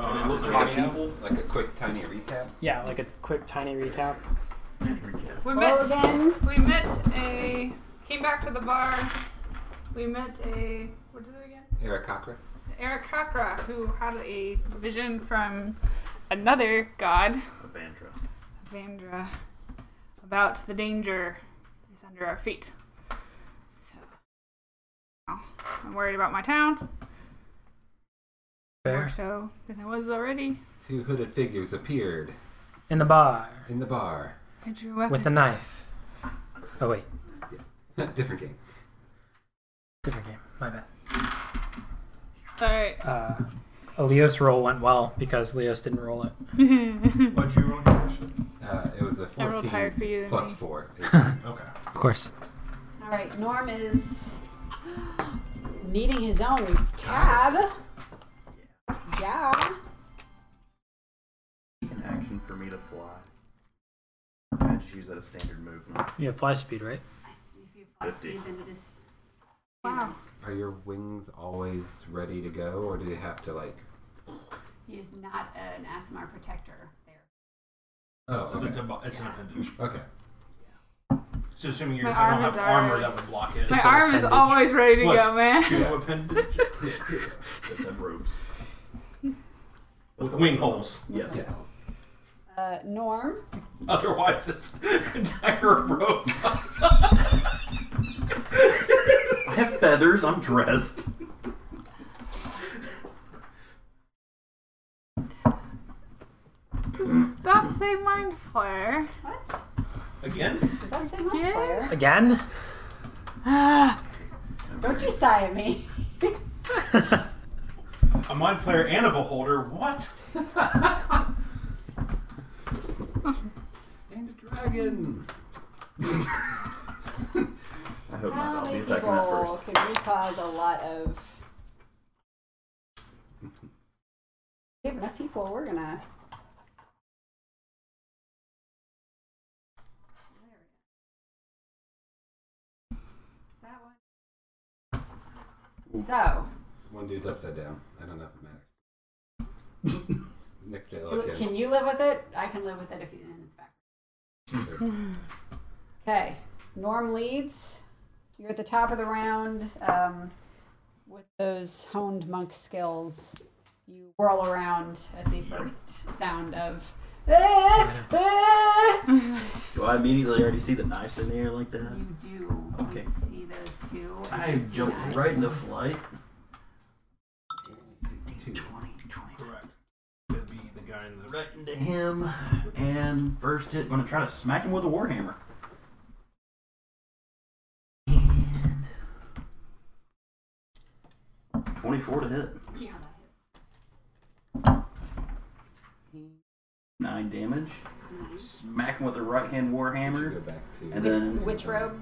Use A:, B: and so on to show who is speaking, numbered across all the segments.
A: was
B: Like a-
A: talking about.
B: Like a quick, tiny recap.
A: Yeah, like a quick, tiny recap.
C: We
D: Hello
C: met.
D: again.
C: We met a. Came back to the bar. We met a. What is it again?
B: Eric Cochran.
C: Eric Kakra, who had a vision from another god,
E: Vandra.
C: Vandra, about the danger is under our feet. So. now, I'm worried about my town. More so than I was already.
B: Two hooded figures appeared
A: In the bar
B: in the bar.
C: I drew weapons.
A: with a knife. Oh wait,
B: Different game.
A: different game. My bad.
C: Alright.
A: Uh, a Leos roll went well because Leos didn't roll it.
E: What'd you roll, Patricia?
B: Uh, it was a
C: I rolled higher
B: 14
C: for you than
B: plus
C: me.
B: 4.
E: Okay.
A: Of course.
D: All right, Norm is needing his own tab. Yeah.
E: An action for me to fly. I just use that as standard movement.
A: You have fly speed, right?
D: If you
E: fly Fifty. speed,
D: then it is.
C: Wow.
B: Are your wings always ready to go, or do they have to, like.
D: He is not an ASMR protector there.
B: Oh,
E: so it's,
B: okay.
E: a, bo- it's an appendage.
B: okay.
E: So assuming you're,
C: My
E: if I
C: arm
E: don't
C: is
E: have armor,
C: already-
E: that would block it.
C: My
E: It's
A: an
C: arm is
A: appendage.
C: always ready to
E: Plus-
C: go, man.
E: two appendage. Just have robes. With wing holes. Yes.
B: Yeah.
D: Uh, Norm.
E: Otherwise, it's entire robe.
F: I have feathers. I'm dressed.
C: That's say mind flare.
D: What?
E: Again?
D: Does that say my
C: Yeah.
D: flare?
A: Again?
D: Don't you sigh at me.
E: A mind flayer and a beholder. What?
B: And a dragon!
F: I hope my
D: How
F: dog will be
D: many
F: attacking that
D: people
F: first.
D: can we cause a lot of? We have enough people. We're gonna. That one. So,
B: One dude's upside down. I don't know if it matters. Next day, I'll
D: you-
B: look at
D: can you live with it? I can live with it if you. And it's back. Okay, Norm leads. You're at the top of the round um, with those honed monk skills. You whirl around at the first sound of. "Ah, ah."
F: Do I immediately already see the knives in the air like that?
D: You do
F: Okay.
D: see those two.
F: I jumped
D: Nice.
F: right in the flight.
B: Two.
F: 20.
E: Correct. Could be the guy in the
F: Right into him, and first hit. Going to try to smack him with a warhammer. And Twenty-four to hit.
D: Yeah, that
F: Nine damage.
D: hits.
F: Smack him with a right-hand
B: You
F: warhammer,
B: should go back to-
F: and then
D: Which robe?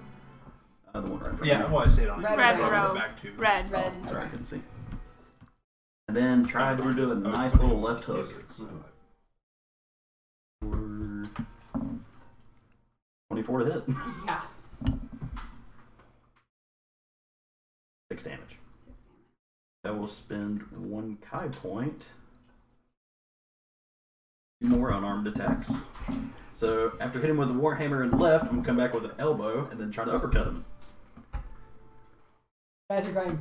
F: uh, the one right. in front of
E: Yeah,
F: me.
E: well, I stayed on
D: Red
E: it.
D: Red
E: I'll go
C: robe.
E: Back to
C: Red.
D: Red.
F: Sorry, I couldn't see. And then tried to do a nice little left hook. for 24 to hit.
D: Yeah.
F: 6 damage. I will spend one Kai point. Two More unarmed attacks. So after hitting with the Warhammer and left, I'm gonna come back with an elbow and then try to uppercut him.
D: Guys are going.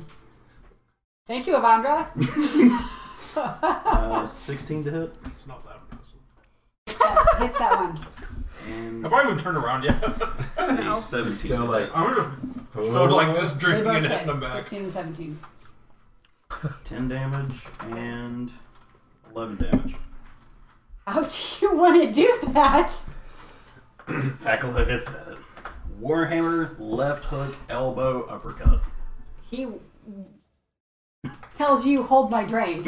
D: Thank you, Avandra.
F: Uh, 16 to hit.
E: It's not that impressive.
D: hits that one.
F: And
E: Have I even turned around yet?
F: a 17 to
B: Still
F: hit.
B: like.
E: I'm just so like just
D: They
E: drinking
D: both
E: and hitting them
D: hit.
E: back.
D: 16 and 17.
F: 10 damage and 11 damage.
D: How do you want to do that?
F: Tackle hook is it. Warhammer, left hook, elbow, uppercut.
D: He tells you, hold my drink.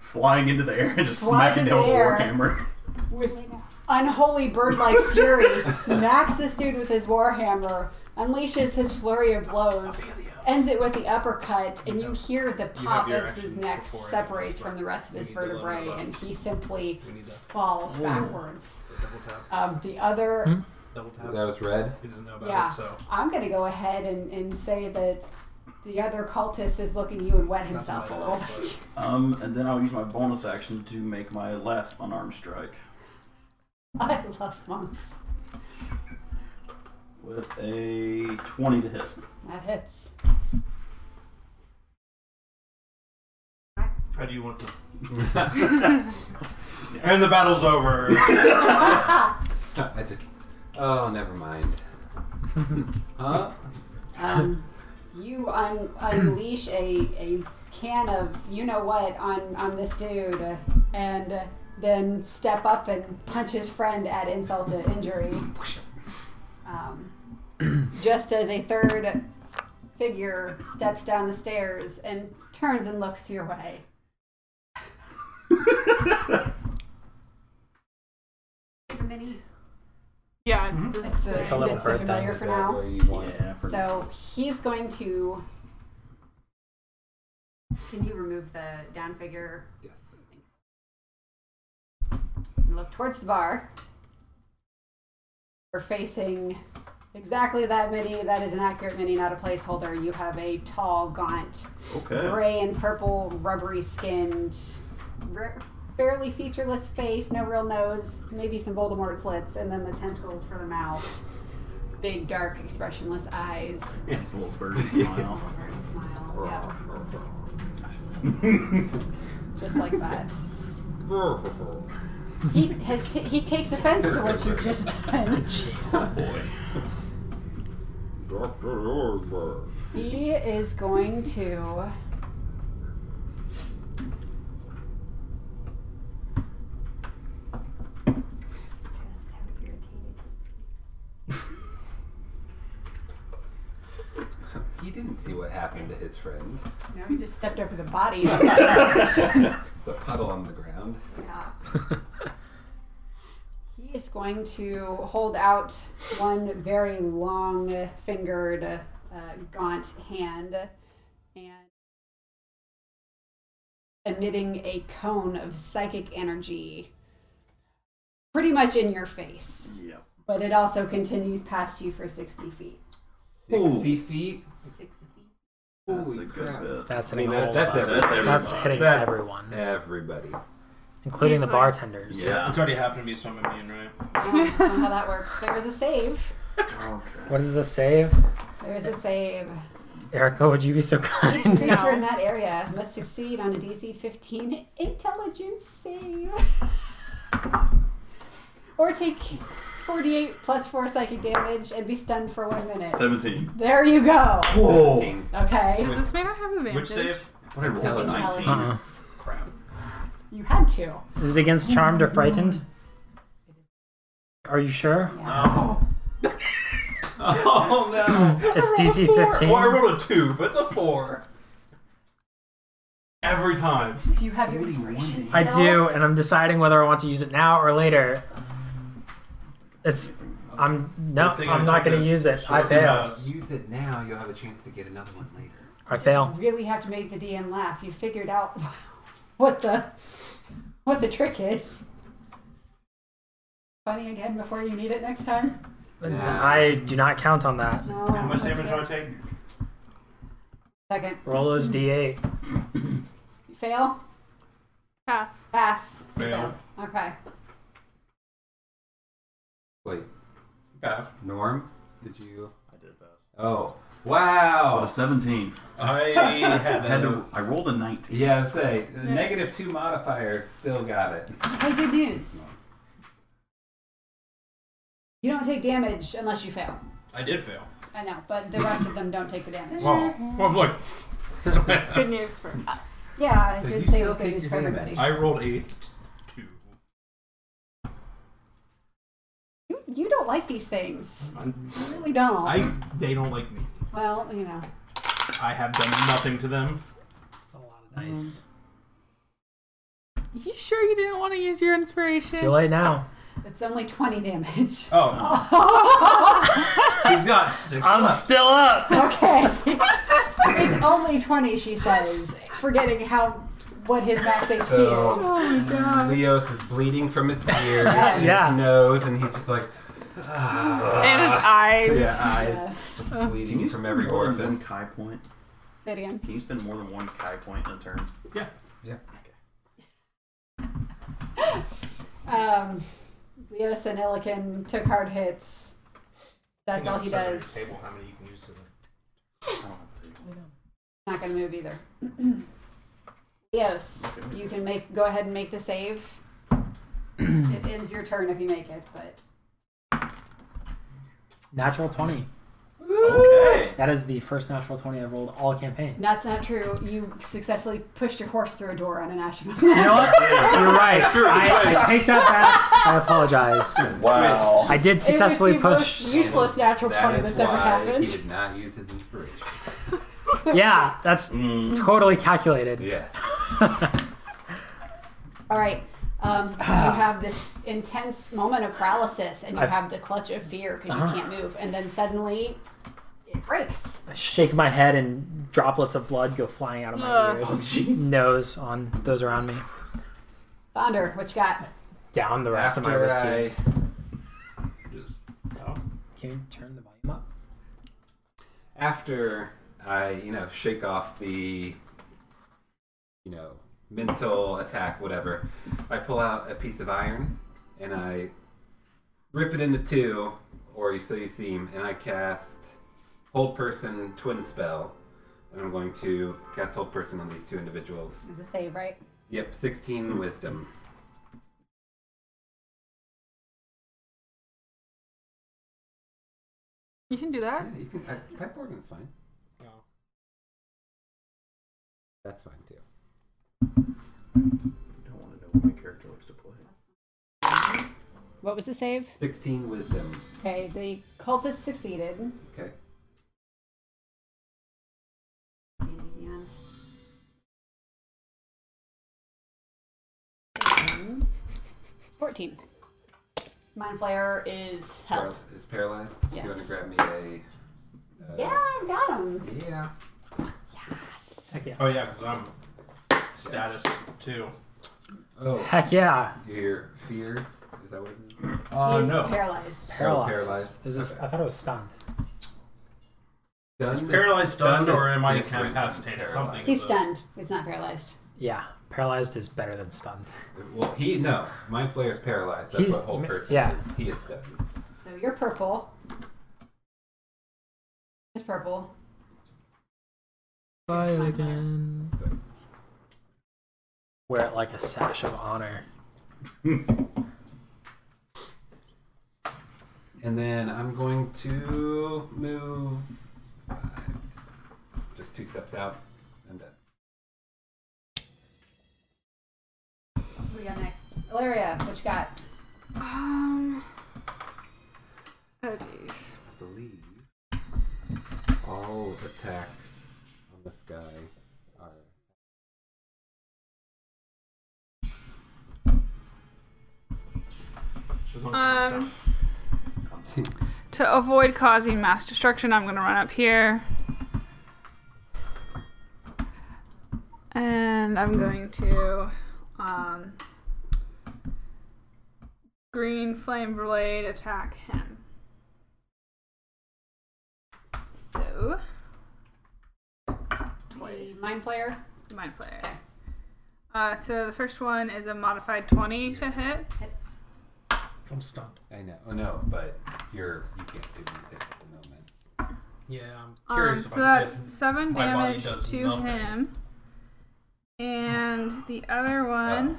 F: Flying into the air and just
D: Flies
F: smacking
D: in
F: down with
D: the
F: a
D: air.
F: warhammer.
D: With unholy bird like fury, smacks this dude with his warhammer, unleashes his flurry of blows, ends it with the uppercut, and you hear the
E: you have
D: pop
E: your
D: as his
E: action
D: neck
E: before I
D: separates
E: just-
D: from the rest of his
E: we need to learn
D: vertebrae,
E: about-
D: and he simply
E: We need to
D: falls
F: Ooh.
D: backwards.
E: double tap.
D: Um, the other
E: Double tap.
B: That was red.
E: He doesn't know about
D: Yeah.
E: it, so
D: I'm going to go ahead and, and say that the other cultist is looking at you and wet himself a little bit.
F: Um, and then I'll use my bonus action to make my last unarmed strike
D: I love monks.
F: with a 20 to hit.
D: That hits.
G: How do you want to? and the battle's over.
B: I just. Oh, never mind. huh?
D: Um, you un- unleash a, a can of you know what on, on this dude uh, and uh, then step up and punch his friend at insult to injury. Um, just as a third figure steps down the stairs and turns and looks your way.
C: Yeah, it's,
D: Mm-hmm. It's the,
A: It's a little
D: it's the
A: hurt then.
D: familiar for
B: Is that
D: now.
B: where you want
F: Yeah, for
D: So he's going to. Can you remove the down figure
B: Yes.
D: and look towards the bar. We're facing exactly that mini. That is an accurate mini, not a placeholder. You have a tall, gaunt,
F: Okay.
D: gray and purple, rubbery skinned, r- fairly featureless face, no real nose, maybe some Voldemort slits, and then the tentacles for the mouth. Big, dark, expressionless eyes.
F: It's a little birdie smile.
D: Over a smile. Yeah,
B: Yes.
D: just like that. He, has t- he takes offense to what you've just done.
F: Boy.
D: He is going to.
B: He didn't see what happened to his friend.
D: No, he just stepped over the body.
B: The puddle on the ground.
D: Yeah. He is going to hold out one very long fingered, uh, gaunt hand and emitting a cone of psychic energy pretty much in your face.
F: Yep.
D: But it also continues past you for 60 feet.
B: 60 feet.
D: 60.
F: That's
B: Holy
F: a good
B: crap.
F: bit.
A: That's
B: I
A: hitting
B: mean,
A: the
B: that's,
A: whole
B: that's,
A: bus.
F: That's
B: everybody.
A: That's
F: everybody.
A: hitting
G: That's-
A: everyone,
B: Everybody.
A: including the
C: Easily.
A: bartenders.
F: Yeah.
G: It's already happened to me, so I'm immune, right?
D: I don't know how that works. There is a save.
F: Okay.
A: What is the save?
D: There is a save.
A: Erica, would you be so
D: Each
A: kind?
D: creature in that area must succeed on a DC 15 intelligence save. or take 48 plus 4 psychic damage and be stunned for one minute.
F: 17.
D: There you go.
G: Whoa.
D: Okay.
C: Does this mean I have advantage?
G: Which save?
F: What did I roll? A 19.
A: Uh-uh.
G: Crap.
D: You had to.
A: Is it against charmed or frightened? Are you sure?
G: Oh. oh no.
A: It's
G: I rolled a
A: DC
G: four.
A: 15.
G: Well, I rolled a two, but it's a four. Every time.
D: Do you have your inspiration?
A: I
D: still?
A: do, and I'm deciding whether I want to use it now or later. It's I'm no,
G: Good thing
A: I'm
G: I
A: not
G: took
A: going to
G: this
A: use it. I
G: short
A: fail.
G: pass.
B: Use it now, you'll have a chance to get another one later.
A: I
D: Just
A: fail.
D: really have to make the DM laugh. You figured out what the what the trick is. Funny again before you need it next time.
B: Yeah.
A: I do not count on that.
D: No,
G: How much
D: that's
G: damage do
D: good.
G: I take?
D: Second.
A: Roll those d8.
D: Fail.
C: Pass.
D: Pass.
G: Fail.
D: Okay.
B: Wait,
G: Yeah.
B: Norm, did you?
F: I did pass.
B: Oh,
F: Oh,
B: wow.
F: 17.
G: I
F: I,
G: had,
F: had
G: a,
F: to, I rolled a 19.
B: Yeah, I was say the negative two modifier still got it.
D: Hey, good news. You don't take damage unless you fail.
G: I did fail.
D: I know, but the rest of them don't take the damage.
G: Wow. Well, look.
C: It's good news for
D: Uh,
C: us.
D: Yeah, I
B: So you
D: did say it
B: still
D: was good
B: take
D: news
B: your
D: for
B: damage.
D: everybody.
G: I rolled a two.
D: You, you don't like these things. You really don't.
G: I. They don't like me.
D: well, you know.
G: I have done nothing to them.
A: That's a lot of dice.
C: You sure you didn't want to use your inspiration?
A: Too late now.
D: It's only 20 damage.
G: Oh, he's got six
A: I'm
G: left.
A: still up.
D: okay. it's only 20, she says, forgetting how what his max HP
B: So-
D: is.
C: Oh my god.
B: Leos is bleeding from his ears, his
A: Yeah.
B: nose, and he's just like, ah.
C: And his eyes.
G: Ah.
B: yeah, eyes
D: Yes.
B: bleeding from every
F: More than One
B: orifice.
F: Kai point.
D: Say it again.
F: Can you spend more than one Kai point in a turn?
D: Um, Leos and Illican took hard hits. That's all he does.
G: Table, how many you can use to
F: I don't have three.
D: Not gonna move either. Leos, you can make go ahead and make the save. it ends your turn if you make it, but
A: Natural 20.
F: Okay.
A: That is the first natural 20 I've rolled all campaign.
D: that's not true. You successfully pushed your horse through a door on a national.
A: You know what? You're right. I, I take that back. I apologize.
E: Wow.
A: I did successfully
D: it was the
A: push.
D: most useless natural
B: That
D: twenty
B: is
D: that's
B: why
D: ever happened.
B: He did not use his inspiration.
A: Yeah, that's
G: Mm.
A: totally calculated.
B: Yes.
D: All right. Um, you have this intense moment of paralysis, and you
A: I've- Uh-huh.
D: have the clutch of fear because you can't move, and then suddenly it breaks.
A: I shake my head and droplets of blood go flying out of my
C: Ugh.
A: ears
F: Oh jeez.
A: and nose on those around me.
D: Thunder, what you got?
A: Down the rest of my
B: After
A: whiskey.
B: I-
G: just
A: Can you turn the volume up?
B: after I, you know, shake off the, you know, mental attack, whatever, I pull out a piece of iron and I rip it into two, or so you seem, and I cast Hold Person Twin Spell. And I'm going to cast Hold Person on these two individuals.
D: It was a save, right?
B: Yep, 16 Wisdom.
C: You can do
B: Yeah,
C: that.
B: you can, uh, pep organ's fine. That's fine too.
F: I don't want to know what my character likes to play.
D: What was the save?
B: 16 Wisdom.
D: Okay, the cultist succeeded.
B: Okay.
D: And- Fourteen. Mind flayer is help.
B: Par- Is paralyzed.
D: Yes.
B: You want to grab me a. Uh,
D: Yeah, I got him.
B: Yeah.
A: Heck yeah.
G: Oh yeah, because I'm status too.
B: Oh,
A: Heck yeah.
B: your fear. Is that what it is?
G: Uh,
D: He's
G: no.
D: paralyzed.
A: Paralyzed.
B: paralyzed.
A: Is this, I thought it was stunned.
B: Done
G: Is paralyzed, stunned,
B: done
G: or
B: is
G: am I
B: different than
G: incapacitated? Something.
D: He's
G: of those.
D: stunned. He's not paralyzed.
A: Yeah. Paralyzed is better than stunned.
B: Well, he no. Mind flayer is paralyzed. That's
A: He's-
B: what whole person
A: yeah.
B: is. He is stunned.
D: So you're purple. It's purple.
A: Bye
D: Fine.
A: again. Wear it like a sash of honor.
B: And then I'm going to move five, just two steps out. I'm done.
D: What do we got next? Ilaria, what you got?
C: Um. Oh jeez.
B: I believe all attacks on this guy are.
G: As long as
C: Um. To avoid causing mass destruction, I'm gonna run up here. And I'm going to um, green flame blade attack him. So
D: The Mind flayer.
C: mind flare. Uh, so the first one is a modified twenty to hit.
D: Hits.
G: I'm stunned.
B: I know. Oh no, but you're you can't do anything at the moment.
G: Yeah, I'm
C: Um,
G: curious
C: so
G: about
C: that's
G: this.
C: seven
G: my body
C: damage
G: does
C: to
G: nothing.
C: him. And the other one,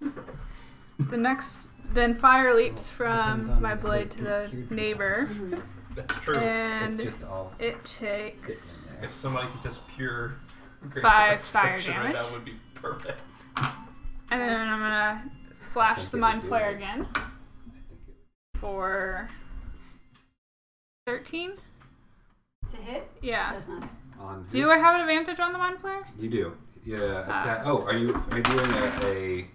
C: the next, then fire leaps
B: Depends on
C: from my
B: if
C: blade
B: it- it's
C: to the
B: cured or not.
C: neighbor,
G: That's true.
B: It's
C: and
B: just all
C: it
B: sitting
C: takes
B: in there.
G: if somebody could just pure great
C: Five fire
G: destruction,
C: damage.
G: that would be perfect.
C: And then I'm gonna slash
B: think
C: the
B: it
C: mind
B: would do
C: flare
B: it.
C: again
B: I think it-
C: for 13?
D: To hit?
C: Yeah.
D: Does not hit.
B: on who?
C: Do Ah. I have an advantage on the mind flare?
B: You do. Yeah. Attack. oh, are you are you doing a,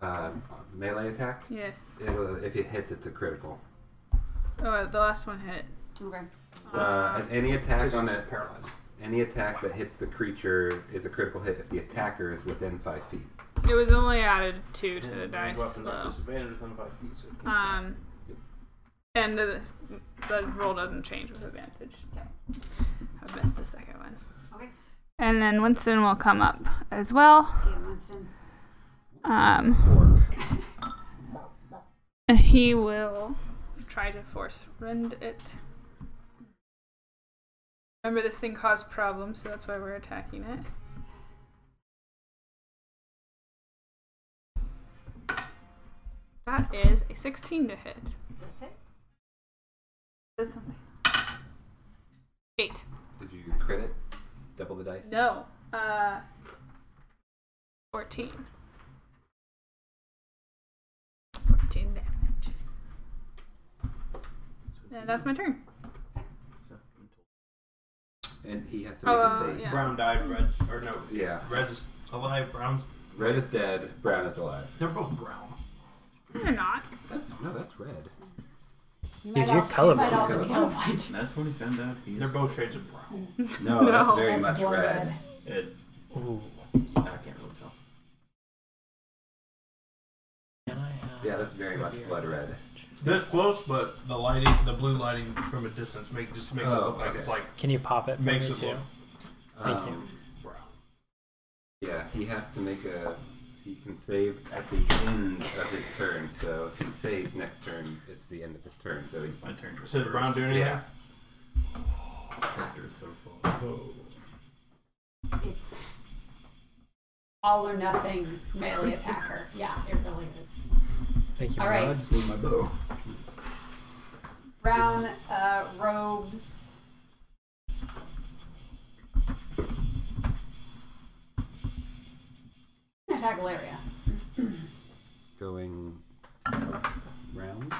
B: a uh, melee attack?
C: Yes.
B: It'll, if it hits, it's a critical.
C: Oh, the last one hit.
D: Okay.
C: Ah.
B: Uh, and any attack on it,
G: paralyzed.
B: any attack that hits the creature is a critical hit if the attacker is within five feet.
C: It was only added two to the dice.
G: Mm, Weapons
C: so- Uh,
G: are disadvantage within five feet. So it can-
C: Um, And the, the roll doesn't change with advantage, so I missed the second one.
D: Okay.
C: And then Winston will come up as well.
D: Okay, Winston.
C: Um,
B: Orc.
C: and he will try to force rend it. Remember, this thing caused problems, so that's why we're attacking it. That is a 16 to hit. Does something. Eight.
B: Did you crit it? Double the dice?
C: No. Uh, 14. 14 damage. And that's my turn.
B: And he has to make
C: Oh,
B: a
C: uh,
B: save.
C: yeah.
G: Brown died, red's or no,
B: Yeah.
G: red's alive, brown's
B: Red is dead, brown is alive.
G: they're both brown.
C: They're not.
B: That's no, that's red.
D: You
A: Dude,
D: might
A: you're
D: also, you might
A: colorblind.
D: also be colorblind.
F: That's when he found out he
G: They're both shades of brown.
B: No, that's very
D: That's
B: much
D: blood
B: red.
F: Ed.
A: Ooh.
F: I can't really tell.
A: Can I have
B: Yeah, that's very much blood red.
G: This close, but the lighting, the blue lighting from a distance, make just makes it
B: Oh,
G: look like
B: okay.
G: it's like
A: Can you pop it for
G: makes
A: me
G: it
A: too?
G: look
A: Thank you.
G: brown.
B: Um, Yeah, he has to make a. He can save at the end of his turn. So if he saves next turn, it's the end of his turn. So he.
F: My turn.
G: So is brown doing anything?
B: Yeah.
F: character so far.
D: It's all or nothing melee attacker. Yeah, it really is.
A: Thank you.
D: All
A: Brad.
D: right.
F: Just need my bow.
D: Brown uh, robes. Attack Valeria.
B: Going uh, round.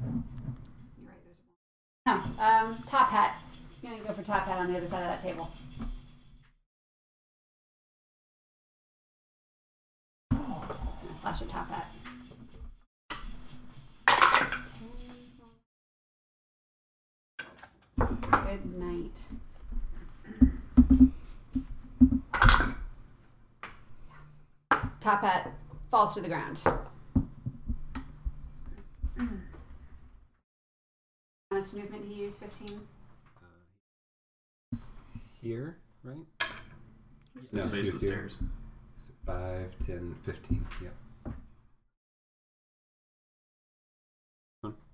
D: You're right, there's one. No, um, top hat. He's gonna go for top hat on the other side of that table. He's gonna slash at top hat. Good night. Top hat falls to the ground. How much movement he used? Fifteen.
B: Here, right?
F: No,
B: No,
F: base of the
B: here.
F: stairs.
B: 5, 10, 15. Yep.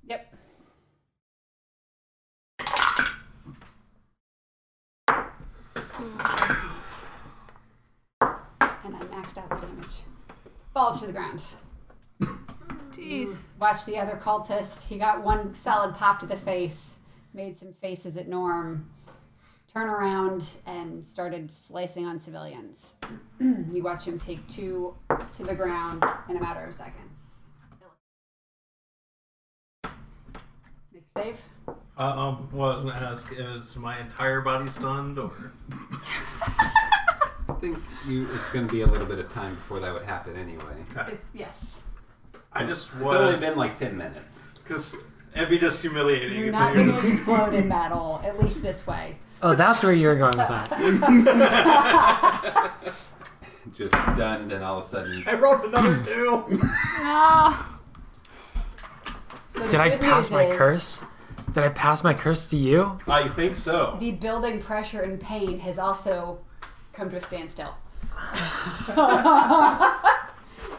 D: Yep. And I maxed out the damage. Falls to the ground.
C: Jeez.
D: Watch the other cultist. He got one solid pop to the face, made some faces at Norm, turn around, and started slicing on civilians. you watch him take two to the ground in a matter of seconds. Make a save.
G: Uh, um, well, I was gonna ask, is my entire body stunned or?
B: I think you, it's going to be a little bit of time before that would happen anyway.
D: It's, yes.
G: I just
B: It's only
G: was
B: been like 10 minutes.
G: because it'd be just humiliating.
D: You're
G: if
D: not
G: they
D: going
G: were
D: to
G: just-
D: explode in battle, at least this way.
A: Oh, that's where you were going with that.
B: Just stunned, and all of a sudden.
G: I rolled another two.
C: No.
D: So the
A: Did I
D: good
A: pass
D: news
A: my
D: is
A: curse? Did I pass my curse to you?
G: I think so.
D: The building pressure and pain has also come to a standstill.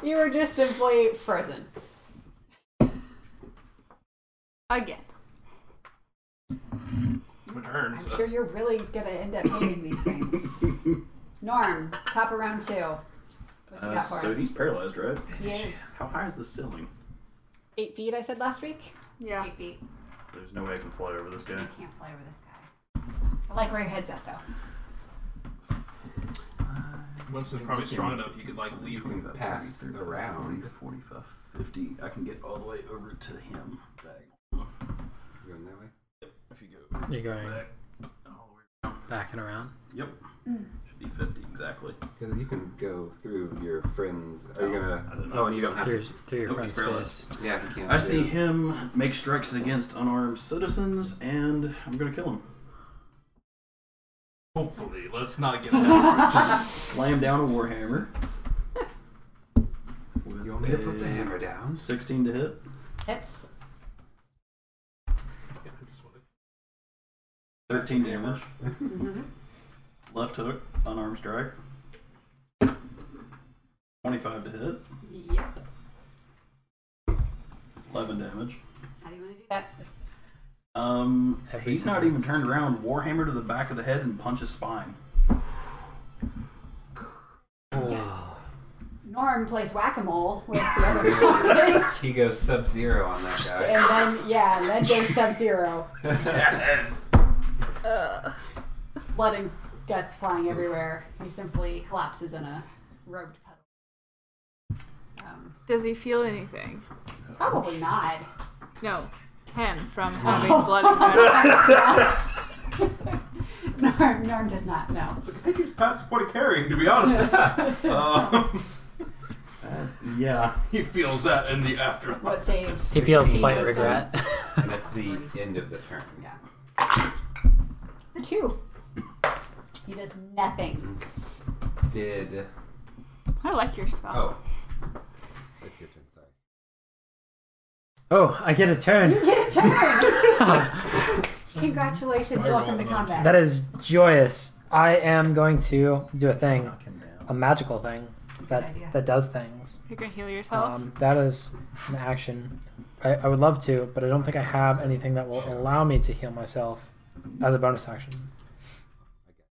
D: you were just simply frozen.
C: Again.
G: It earns.
D: I'm sure you're really going to end up hating these things. Norm, top of round two. What you
F: Uh,
D: got for
F: so
D: us?
F: he's paralyzed, right?
D: Yes.
F: How high is the ceiling?
D: Eight feet, I said last week?
C: Yeah.
D: Eight feet.
F: There's no way I can fly over this guy.
D: I can't fly over this guy. I like where your head's at, though.
G: Winston's probably strong enough. You could like leave him.
B: pass around.
F: 45, 50. I can get all the way over to him.
B: Going that way?
F: If you go
A: You're going
F: back all the way.
A: back and around.
F: Yep. Should be 50 exactly.
B: Because you can go through your friends. Are you
F: I
B: gonna?
F: don't know.
B: Oh, and you don't have
A: Through,
B: to.
A: through your
F: Nope,
A: front
F: he's paralyzed.
A: space.
B: Yeah, he can't.
F: I
B: do
F: see
B: it.
F: him make strikes against unarmed citizens, and I'm gonna kill him.
G: Hopefully, let's not get that.
F: Slam down a warhammer. With
B: You want me to put the
F: a
B: hammer down?
F: 16 to hit.
D: Hits.
F: 13 damage. Left hook, unarmed strike. 25 to hit.
D: Yep.
F: 11 damage.
D: How do you want to do that?
F: Um,
A: Every
F: he's
A: time.
F: not even turned around. Warhammer to the back of the head and punch his spine.
D: Norm plays whack a mole with the other contest.
B: He goes sub zero on that
D: And
B: guy.
D: then, yeah, and then goes sub zero. Blood and guts flying everywhere. He simply collapses in a robed puddle. Um,
C: Does he feel anything?
D: probably not.
C: No, him from having blood. in that-
D: Norm, Norm does not know.
G: I think he's past the point of carrying, to be honest. um,
F: Yeah.
G: he feels that in the afterlife.
D: What save?
A: He feels
D: Fifteen
A: slight
D: was done.
A: regret.
B: And that's the end of the turn.
D: Yeah. The two. He does nothing.
B: Did
C: I like your spell.
B: oh, it's your turn. Sorry.
A: oh, I get a turn.
D: You get a turn! Congratulations, welcome to combat.
A: That is joyous. I am going to do a thing, a magical thing that
D: idea.
A: that does things.
C: You're gonna heal yourself.
A: Um, that is an action. I, I would love to, but I don't think I have anything that will allow me to heal myself as a bonus action.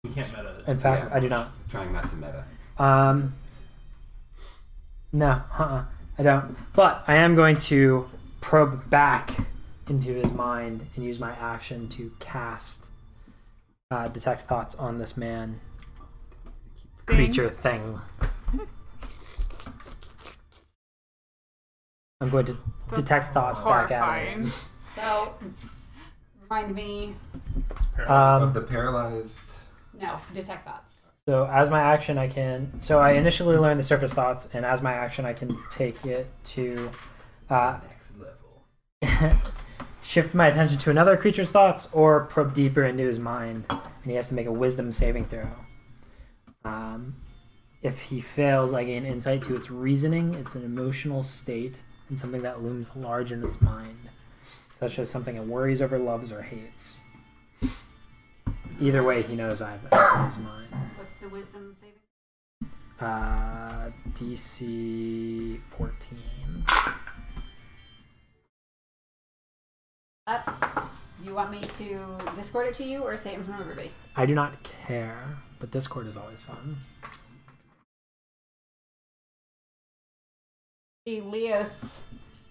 G: We can't meta.
A: In fact,
B: Yeah.
A: I do not.
B: Trying not to meta.
A: Um, no, uh-uh, I don't. But I am going to probe back into his mind and use my action to cast uh, detect thoughts on this man,
C: Thing.
A: creature, thing. I'm going to
C: That's
A: detect thoughts back at him.
C: Horrifying.
D: So, remind me.
A: Um,
B: of the paralyzed.
D: No, detect thoughts.
A: So as my action, I can. So I initially learn the surface thoughts, and as my action, I can take it to uh,
B: Next level.
A: shift my attention to another creature's thoughts or probe deeper into his mind, and he has to make a Wisdom saving throw. Um, if he fails, I gain insight to its reasoning, its an emotional state, and something that looms large in its mind, such as something it worries over, loves, or hates. Either way, he knows I've in his mind.
D: What's the wisdom saving?
A: Uh, DC 14.
D: Up. Do you want me to discord it to you or say it in front of everybody?
A: I do not care, but Discord is always fun.
D: See Leos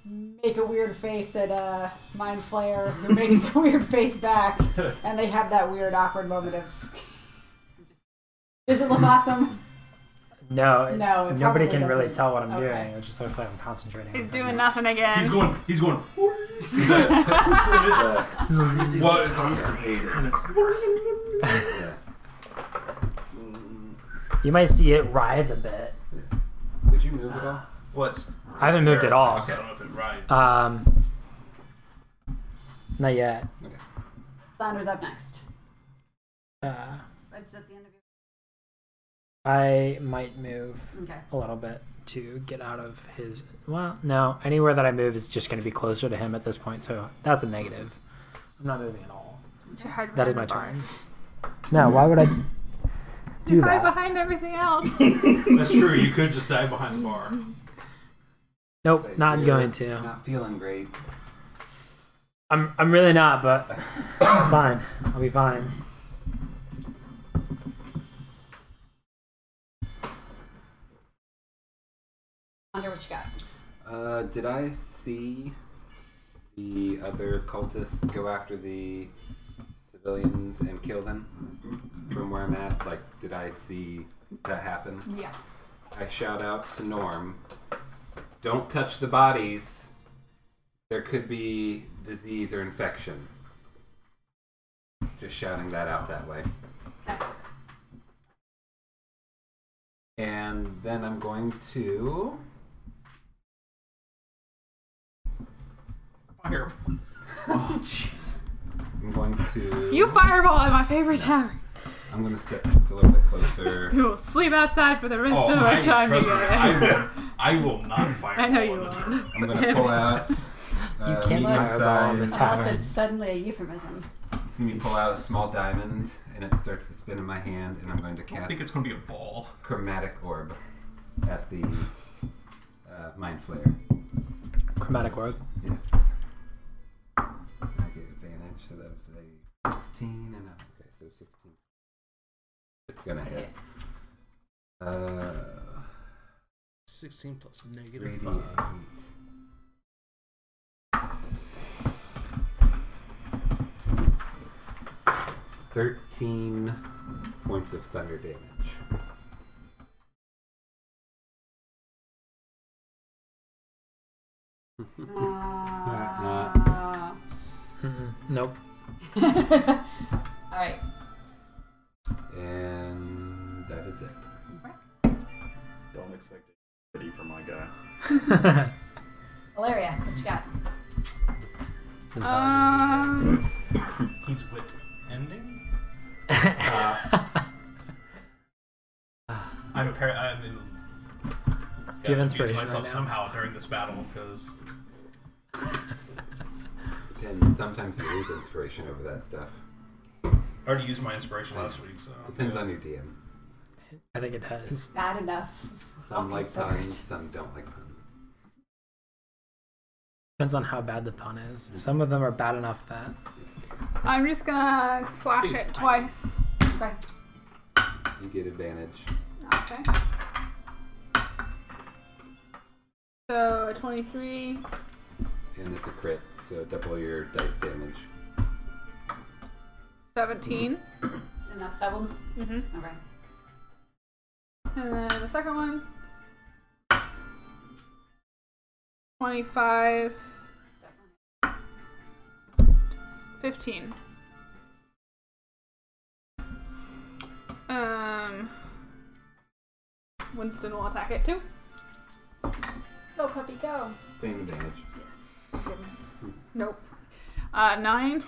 D: make a weird face at uh, Mind Flayer, who makes the weird face back, and they have that weird, awkward moment of. Does it look awesome?
A: No, it-
D: No, it
A: nobody
D: probably
A: can really
D: doesn't.
A: tell what I'm
D: Okay.
A: doing. It just looks like I'm concentrating.
C: He's
A: on
C: doing
A: things.
C: nothing again.
G: He's going. He's going.
B: The-
G: What is hallucinating?
B: yeah.
A: You might see it writhe a bit.
B: Did you move at all?
G: What's?
A: I haven't moved at all.
G: I don't know if it rides.
A: Um, not yet.
D: Saunders up next.
A: Uh,
D: It's at the end of your.
A: I might move
D: Okay.
A: a little bit to get out of his. Well, no, anywhere that I move is just going to be closer to him at this point, so that's a negative. I'm not moving at all.
C: You're hard
A: That is my
C: behind the bar.
A: turn. No, why would I do that?
C: Hide behind everything else.
G: That's true. You could just die behind the bar.
A: Nope, not
B: You're
A: going to.
B: Not feeling great.
A: I'm, I'm really not, but it's fine. I'll be fine.
D: Wonder what you got.
B: Uh, did I see the other cultists go after the civilians and kill them from where I'm at? Like, did I see that happen?
D: Yeah.
B: I shout out to Norm. Don't touch the bodies. There could be disease or infection. Just shouting that out that way. And then I'm going to.
G: Fire.
B: I'm going to.
C: You fireball at my favorite time.
B: I'm gonna step a little bit closer.
C: We will sleep outside for the rest
G: Oh,
C: of our
G: I,
C: time
G: trust me,
C: together.
G: I will, I will not fire.
C: I know you
G: all of them.
C: won't.
B: I'm gonna pull out. Uh,
A: You can't
B: medium
D: fire
A: bomb
D: a
B: size-
A: It's
D: Unless
A: happening.
D: it's suddenly a euphemism.
B: See me pull out a small diamond, and it starts to spin in my hand, and I'm going to
G: I
B: cast
G: think it's going to be a ball.
B: chromatic orb at the uh, mind flare.
A: Chromatic orb.
B: Yes. I get advantage, so that was a 16 and a. Okay, so 16. It's gonna hit. Uh,
G: 16 plus
B: 3d8. Thirteen points of thunder damage.
D: Uh,
A: Mm-mm. Nope.
D: All right.
B: And that is it.
E: Don't expect it. Pity for my guy.
D: Valeria, what you got?
A: It's intelligence is
C: Um,
G: He's wit ending.
A: great.
G: Uh, I'm par- I'm in.
A: Do you have
G: gotta
A: inspiration
G: Confuse
A: right
G: myself
A: now?
G: somehow during this battle because
B: And sometimes you lose inspiration over that stuff.
G: I already used my inspiration last week, so
B: Depends on your DM.
A: I think it has.
D: Bad enough.
B: Some
D: Okay,
B: like
D: so-
B: puns, some don't like puns.
A: Depends on how bad the pun is. Some of them are bad enough that
C: I'm just gonna slash
G: Please,
C: it
G: time.
C: twice.
D: Okay.
B: You get advantage.
C: Okay. So a 23.
B: And it's a crit, so double your dice damage.
C: 17.
D: And that's doubled.
C: Mm-hmm.
D: All right.
C: And then the second one. 25. 15. Um. Winston will attack it too.
D: Go Oh, puppy, go.
B: Same advantage.
C: Yes. Goodness. Nope. Uh, nine.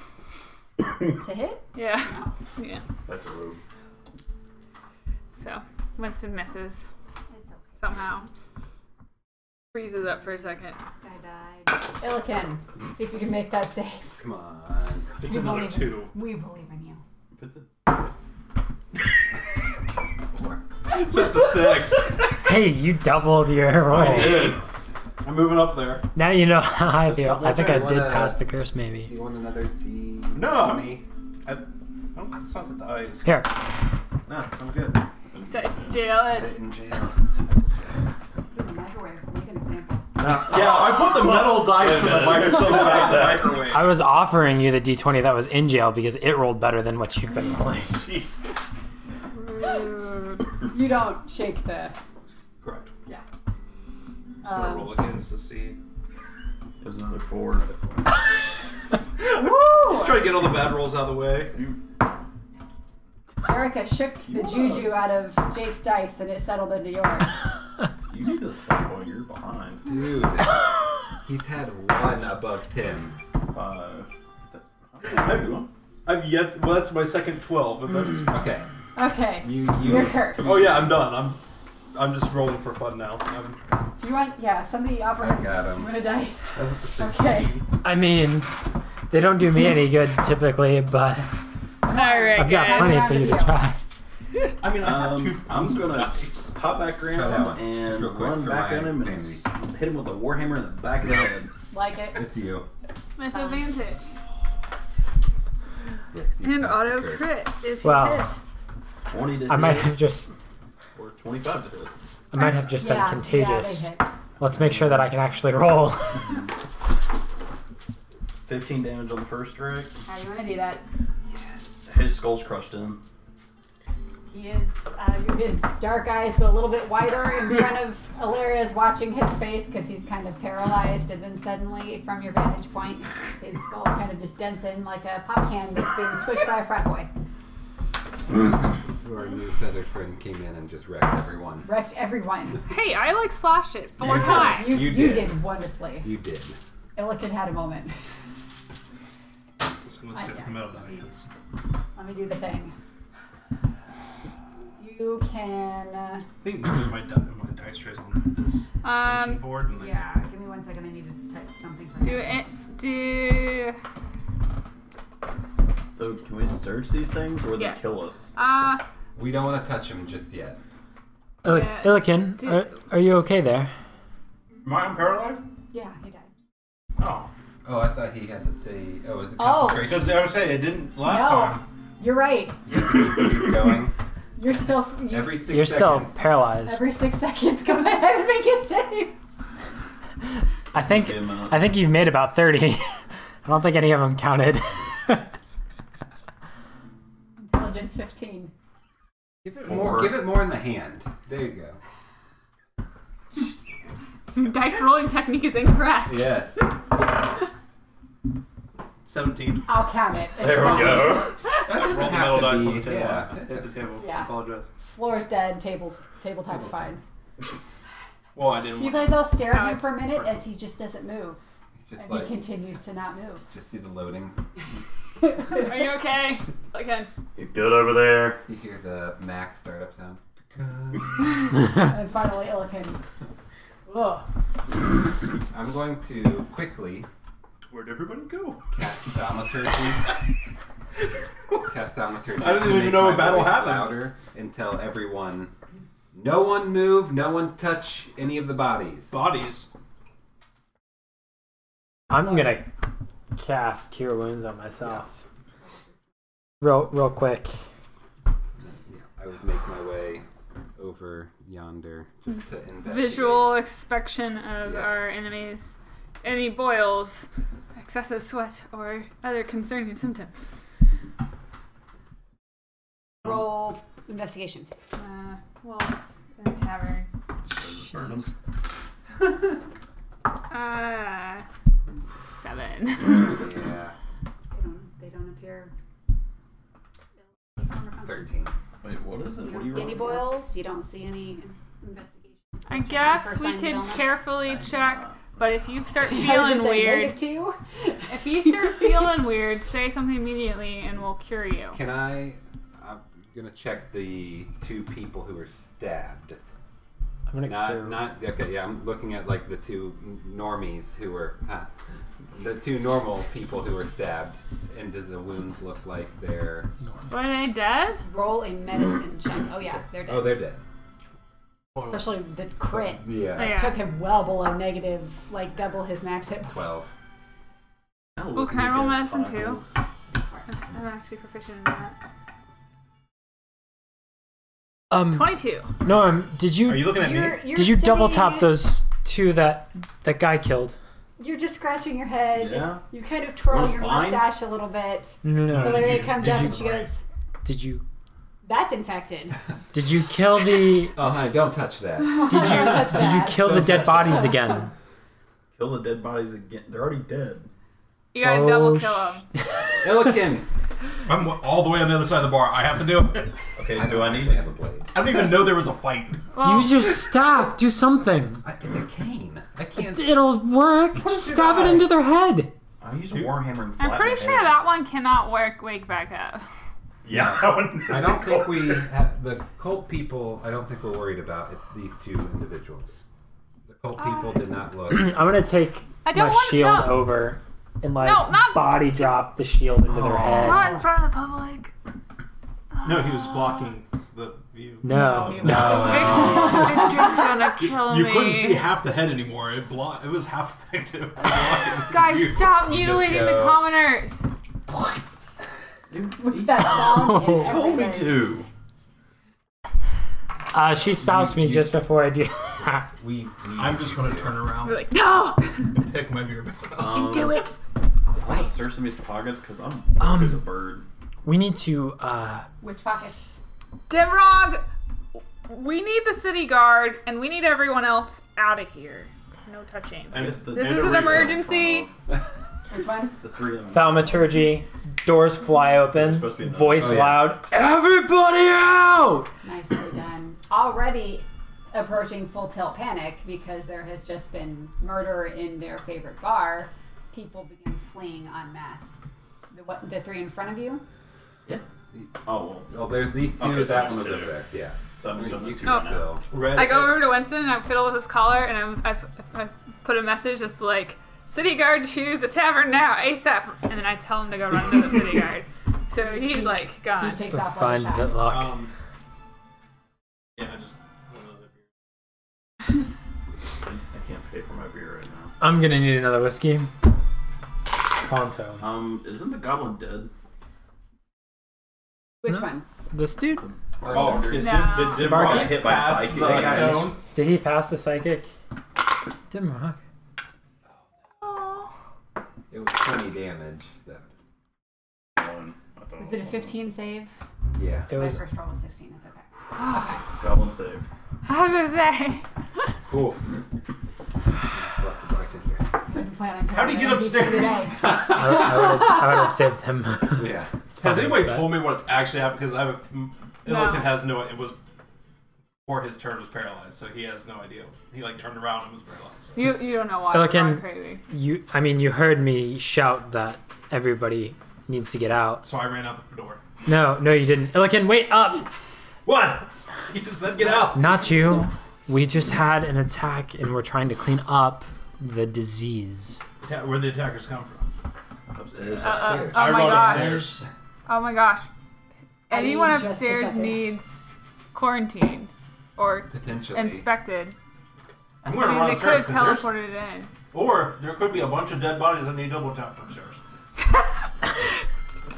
D: To hit?
C: Yeah.
D: No.
C: Yeah.
E: That's a rogue.
C: So Winston misses
D: It's okay.
C: somehow. Freezes up for a second.
D: This guy died. Illican, see if you can make that save.
B: Come on.
G: it's
D: We
G: another
D: believe in-
G: two.
D: We believe in you.
E: If it's a
F: So it's a six.
A: hey, you doubled your
F: I
G: Oh.
A: roll.
F: did. I'm moving up there.
A: Now you know how I
B: Just
A: feel.
B: double
A: I think I
B: check.
A: did
B: Wanna-
A: pass the curse,
B: Do
A: maybe.
B: you want another D?
F: No.
B: Twenty?
F: I, I don't, it's not the dice.
A: Here,
F: No, I'm good.
C: Dice jail
B: Put
C: it.
B: it in jail.
D: You're the microwave. Make an example.
F: Yeah, I put the
G: Oh,
F: metal dice in the microwave.
A: I was offering you the d20 that was in jail because it rolled better than what you've been rolling.
C: Rude.
D: You don't shake the.
F: Correct.
D: Uh,
G: roll again just to see.
E: It was another four, another four.
D: woo!
G: Try to get all the bad rolls out of the way.
D: Erica shook the juju out of Jake's dice and it settled into yours.
E: You need to stop while you're behind.
B: Dude. He's had one above ten.
E: Five. Everyone.
G: I've yet. Well, that's my second twelve, but that's.
B: Okay.
D: Okay.
B: You
D: You're
B: you
D: cursed.
G: oh yeah, I'm done. I'm. I'm just rolling for fun now. I'm,
D: Do you want? Yeah, somebody offer
B: I
D: him
B: got him.
D: a dice.
G: that was a six.
D: Okay.
A: I mean, they don't do me any good typically, but
C: Alright,
A: I've got
C: guys.
A: plenty for you to try.
G: I mean, I have
F: Um,
G: two.
F: I'm gonna-
G: dice.
F: Hop back
B: Try that
F: around
B: one.
F: and
B: Real quick
F: run
B: for
F: back
B: my
F: on him and
B: family.
F: s- hit him with a warhammer in the back of the head.
D: Like it.
B: It's you.
C: With advantage.
B: Yes, you
C: And
B: passed the
C: auto
B: curse.
C: crit if
A: Wow.
C: you hit.
F: Twenty to
A: I might
F: hit
A: have just,
F: or twenty-five to hit.
A: I might have just been
D: yeah,
A: contagious.
D: Yeah, they hit.
A: Let's make sure that I can actually roll.
F: Fifteen damage on the first strike.
D: How do you want to do that?
F: His skull's crushed in.
D: He is. Uh, his dark eyes go a little bit wider in front of Ilaria's watching his face because he's kind of paralyzed, and then suddenly, from your vantage point, his skull kind of just dents in like a pop can that's being squished by a frat boy.
B: So our new feather friend came in and just wrecked everyone.
D: Wrecked everyone.
C: Hey, I like slash it four
B: You did.
C: times.
D: You,
B: You
D: you,
B: did.
D: did. wonderfully.
B: You did.
D: Illican had a moment.
G: I'm just gonna sit with the metal dice.
D: Let me do the thing. you can. Uh,
G: I think because my, di- my dice trays on this extension
C: Um,
G: board. And
D: yeah, give me one second. I need to type something. For
C: Do it. Do.
F: So can we search these things, or will
C: Yeah.
F: they kill us?
C: Uh,
B: We don't want to touch him just yet.
A: Ili-
C: Yeah.
A: Ilikin,
C: Do-
A: are, are you okay there?
G: Am I unparalleled?
D: Yeah, he died.
G: Oh.
B: Oh, I thought he had to say. Oh, is it
D: Oh.
B: concentration?
G: Because I was saying it didn't last
D: No.
G: time.
D: You're right.
B: You have to keep, keep going.
D: You're still. You're,
B: Every 6
A: You're
B: seconds.
A: still paralyzed.
D: every six seconds, go ahead and make it safe.
A: I think
F: Give him a-
A: I think you've made about thirty. I don't think any of them counted.
D: Intelligence 15.
B: Give it more. Give it more in the hand. There you go.
C: dice rolling technique is incorrect.
B: Yes.
G: 17.
D: I'll count it. It's
G: There we
D: fine.
G: go.
B: That
G: Roll
B: doesn't
G: the
B: have
G: metal
B: to
G: dice
B: be-
G: on the table.
B: Yeah.
G: Hit the table.
D: Yeah.
G: I apologize.
D: Floor's dead. Tables. Tabletop's fine.
G: Well, I didn't
D: You
G: want
D: guys all stare
C: No,
D: at him
C: it's
D: for a minute
G: perfect.
D: as he just doesn't move,
B: It's just
D: and
B: like
D: he continues to not move.
B: just see the loadings.
C: Are you okay? Okay.
E: You good over there?
B: You hear the Mac startup sound.
D: And finally, Illican. Ugh.
B: I'm going to quickly
G: Where'd everybody go?
B: cast thaumaturgy. cast thaumaturgy.
G: I didn't
B: to
G: even
B: make
G: know
B: my
G: a battle
B: voice
G: happened.
B: Louder and tell everyone, no one move, no one touch any of the bodies.
G: Bodies.
A: I'm gonna cast Cure Wounds on myself. Real, real quick.
B: Yeah, I would make my way over yonder just to investigate.
C: Visual inspection of
B: Yes.
C: our enemies. Any boils, excessive sweat, or other concerning symptoms.
D: Roll investigation.
C: Uh, well, it's in a tavern.
F: Burn 'em.
C: Uh, seven.
B: Yeah,
D: They don't, they don't appear.
B: thirteen.
F: Wait, what is it?
D: You
F: What are
D: don't
F: you
D: see any
F: rolling for?
D: boils. You don't see any investigation.
C: I guess
D: First
C: we
D: signs of
C: could
D: illness?
C: carefully check, but if you start
D: I was gonna
C: feeling
D: say
C: weird,
D: Negative two.
C: if you start feeling weird, say something immediately and we'll cure you.
B: Can I? I'm gonna check the two people who were stabbed.
A: I'm gonna cure.
B: Not, not okay. Yeah, I'm looking at like the two normies who were, huh, the two normal people who were stabbed, and does the wounds look like they're?
C: Were they dead?
D: Roll a medicine check. Oh yeah, they're dead.
B: Oh, they're dead.
D: Especially the crit
B: Yeah,
C: Yeah.
D: took him well below negative, like double his max hit. points.
B: twelve.
F: I'll
C: Ooh,
F: look
C: can I
F: at these
C: roll
F: guys'
C: medicine too?
F: pockets.
C: I'm, s- I'm actually proficient in that.
A: um,
C: Twenty-two.
A: no, um, did you,
G: Are you looking at me?
D: You're, you're
A: did you double tap
D: sitting-
A: those two that that guy killed?
D: You're just scratching your head.
F: Yeah.
D: You kind of twirl
F: One's
D: your
F: fine.
D: mustache a little bit.
A: No, no, no.
G: did
D: Valeria
G: you-
D: comes
A: did
D: up
A: you-
D: and she goes,
A: Did you
D: "That's infected."
A: did you kill the
B: Oh, hi! Don't touch that.
A: did you
D: That's
A: did you
D: bad.
A: kill the
F: Don't
A: dead
F: touch
A: bodies
F: that.
A: again?
F: Kill the dead bodies again. They're already dead.
C: You gotta
A: Oh,
C: double kill
A: sh-
C: them.
B: Illican.
G: I'm all the way on the other side of the bar. I have to do it.
F: Okay,
B: I
F: do
B: don't
F: I need
B: actually have a
F: to?
B: blade.
G: I don't even know there was a fight.
C: Well,
A: Use your staff. Do something.
B: I, it's a cane. I can't.
A: It'll work. Just stab it into their head.
F: I used a warhammer and
C: I'm
F: flatten
C: pretty
F: it.
C: sure that one cannot work. Wake back up.
E: Yeah, that one.
B: I don't think we have, the cult people. I don't think we're worried about. It's these two individuals. The cult
C: Ah.
B: people did not look.
A: I'm gonna take
C: I don't
A: my
C: want
A: shield
C: no.
A: over and like
C: No, not- Oh.
A: body drop the shield into their head.
C: Not in front of the public.
G: No, he was blocking the view.
A: No, no.
C: Victor's, Victor's gonna kill
G: You
C: me.
G: couldn't see half the head anymore. It blocked. It was half effective.
C: Guys, stop mutilating the
B: go.
C: commoners.
D: With that sound. and
F: Told me
D: everything.
F: to.
A: Uh, she stops me just before I do.
B: We. we
G: I'm just gonna turn around
C: We're like, no.
G: and pick my beer back up.
F: Um, do it. I'm gonna search some of these pockets because I'm um, as a bird.
A: we need to. Uh,
D: Which pockets?
C: Devrog, we need the city guard and we need everyone else out of here. No touching.
F: I guess the-
C: This
F: and
C: is
F: a
C: an
F: refill
C: emergency.
F: in front
D: Which one?
F: of The three of them.
A: thaumaturgy. Doors fly open.
F: supposed to be another-
A: Voice
B: Oh, yeah.
A: loud. Everybody out!
D: Nicely done. Already approaching full tilt panic because there has just been murder in their favorite bar. People begin fleeing en masse. The, what, the three in front of you?
F: Oh, well.
B: Oh, there's these two.
E: Okay, so
B: that
E: it's
B: one was
E: two.
B: incorrect. Yeah.
F: So I'm just doing
B: You
F: those two
B: can
C: Oh.
F: right now.
B: still.
G: Red.
C: I go over to Winston and I fiddle with his collar and I'm, I've, I've put a message that's like, City Guard to the tavern now, ASAP. And then I tell him to go run to the City Guard. So he's like,
D: He
C: gone.
D: takes
A: But
D: off like
A: find
D: a shot.
A: the lock.
G: Um, yeah, I just. one other beer.
F: I can't pay for my beer right
A: Oh.
F: now.
A: I'm gonna need another whiskey. Pronto.
F: Um, isn't the goblin dead?
D: Which
A: No.
D: ones?
A: This dude.
G: Oh, is
C: No.
G: did, did, did
A: Bark-
G: Mark
F: hit
G: hit
F: by
G: by
F: psychic.
G: psychic? The
B: Yeah.
G: cone?
A: Did he pass the psychic? Didn't rock.
B: It was 20 damage. Though.
E: One. I thought
D: Was it a 15 save?
B: Yeah.
A: It was
D: My first roll was 16. That's okay.
F: Goblin saved.
C: I was gonna say.
B: Cool. Just left the bartender.
D: I didn't plan on
G: How'd he
D: coming
G: get
D: in
G: upstairs?
D: today.
A: I, would- I would have, I would have saved him.
B: Yeah.
A: It's
G: Has
A: fine,
G: anybody
A: but-
G: told me what's actually happened? Because I have. mm,
C: No.
G: Illican has no. It was. Before his turn was paralyzed, so he has no idea. He like turned around and was paralyzed. so-
C: You, you don't know why.
A: Pelican-
C: I'm crazy.
A: you? I mean, you heard me shout that everybody needs to get out.
G: So I ran out the door.
A: No, no, you didn't. Illican, wait up!
G: What? He just said, "Get out."
A: Not you. We just had an attack and we're trying to clean up the disease.
G: Yeah, where the attackers come from?
B: It was
C: Uh, uh,
B: upstairs.
C: oh
G: I
C: my
G: run
C: gosh.
G: upstairs.
C: Oh my gosh.
D: I need
C: Anyone
D: just a
C: upstairs
D: second.
C: needs quarantined or
B: Potentially.
C: inspected.
G: I'm
C: I
G: gonna
C: mean,
G: run
C: they could
G: upstairs
C: have
G: 'cause there's-
C: teleported it in.
G: or there could be a bunch of dead bodies that need double tapped upstairs.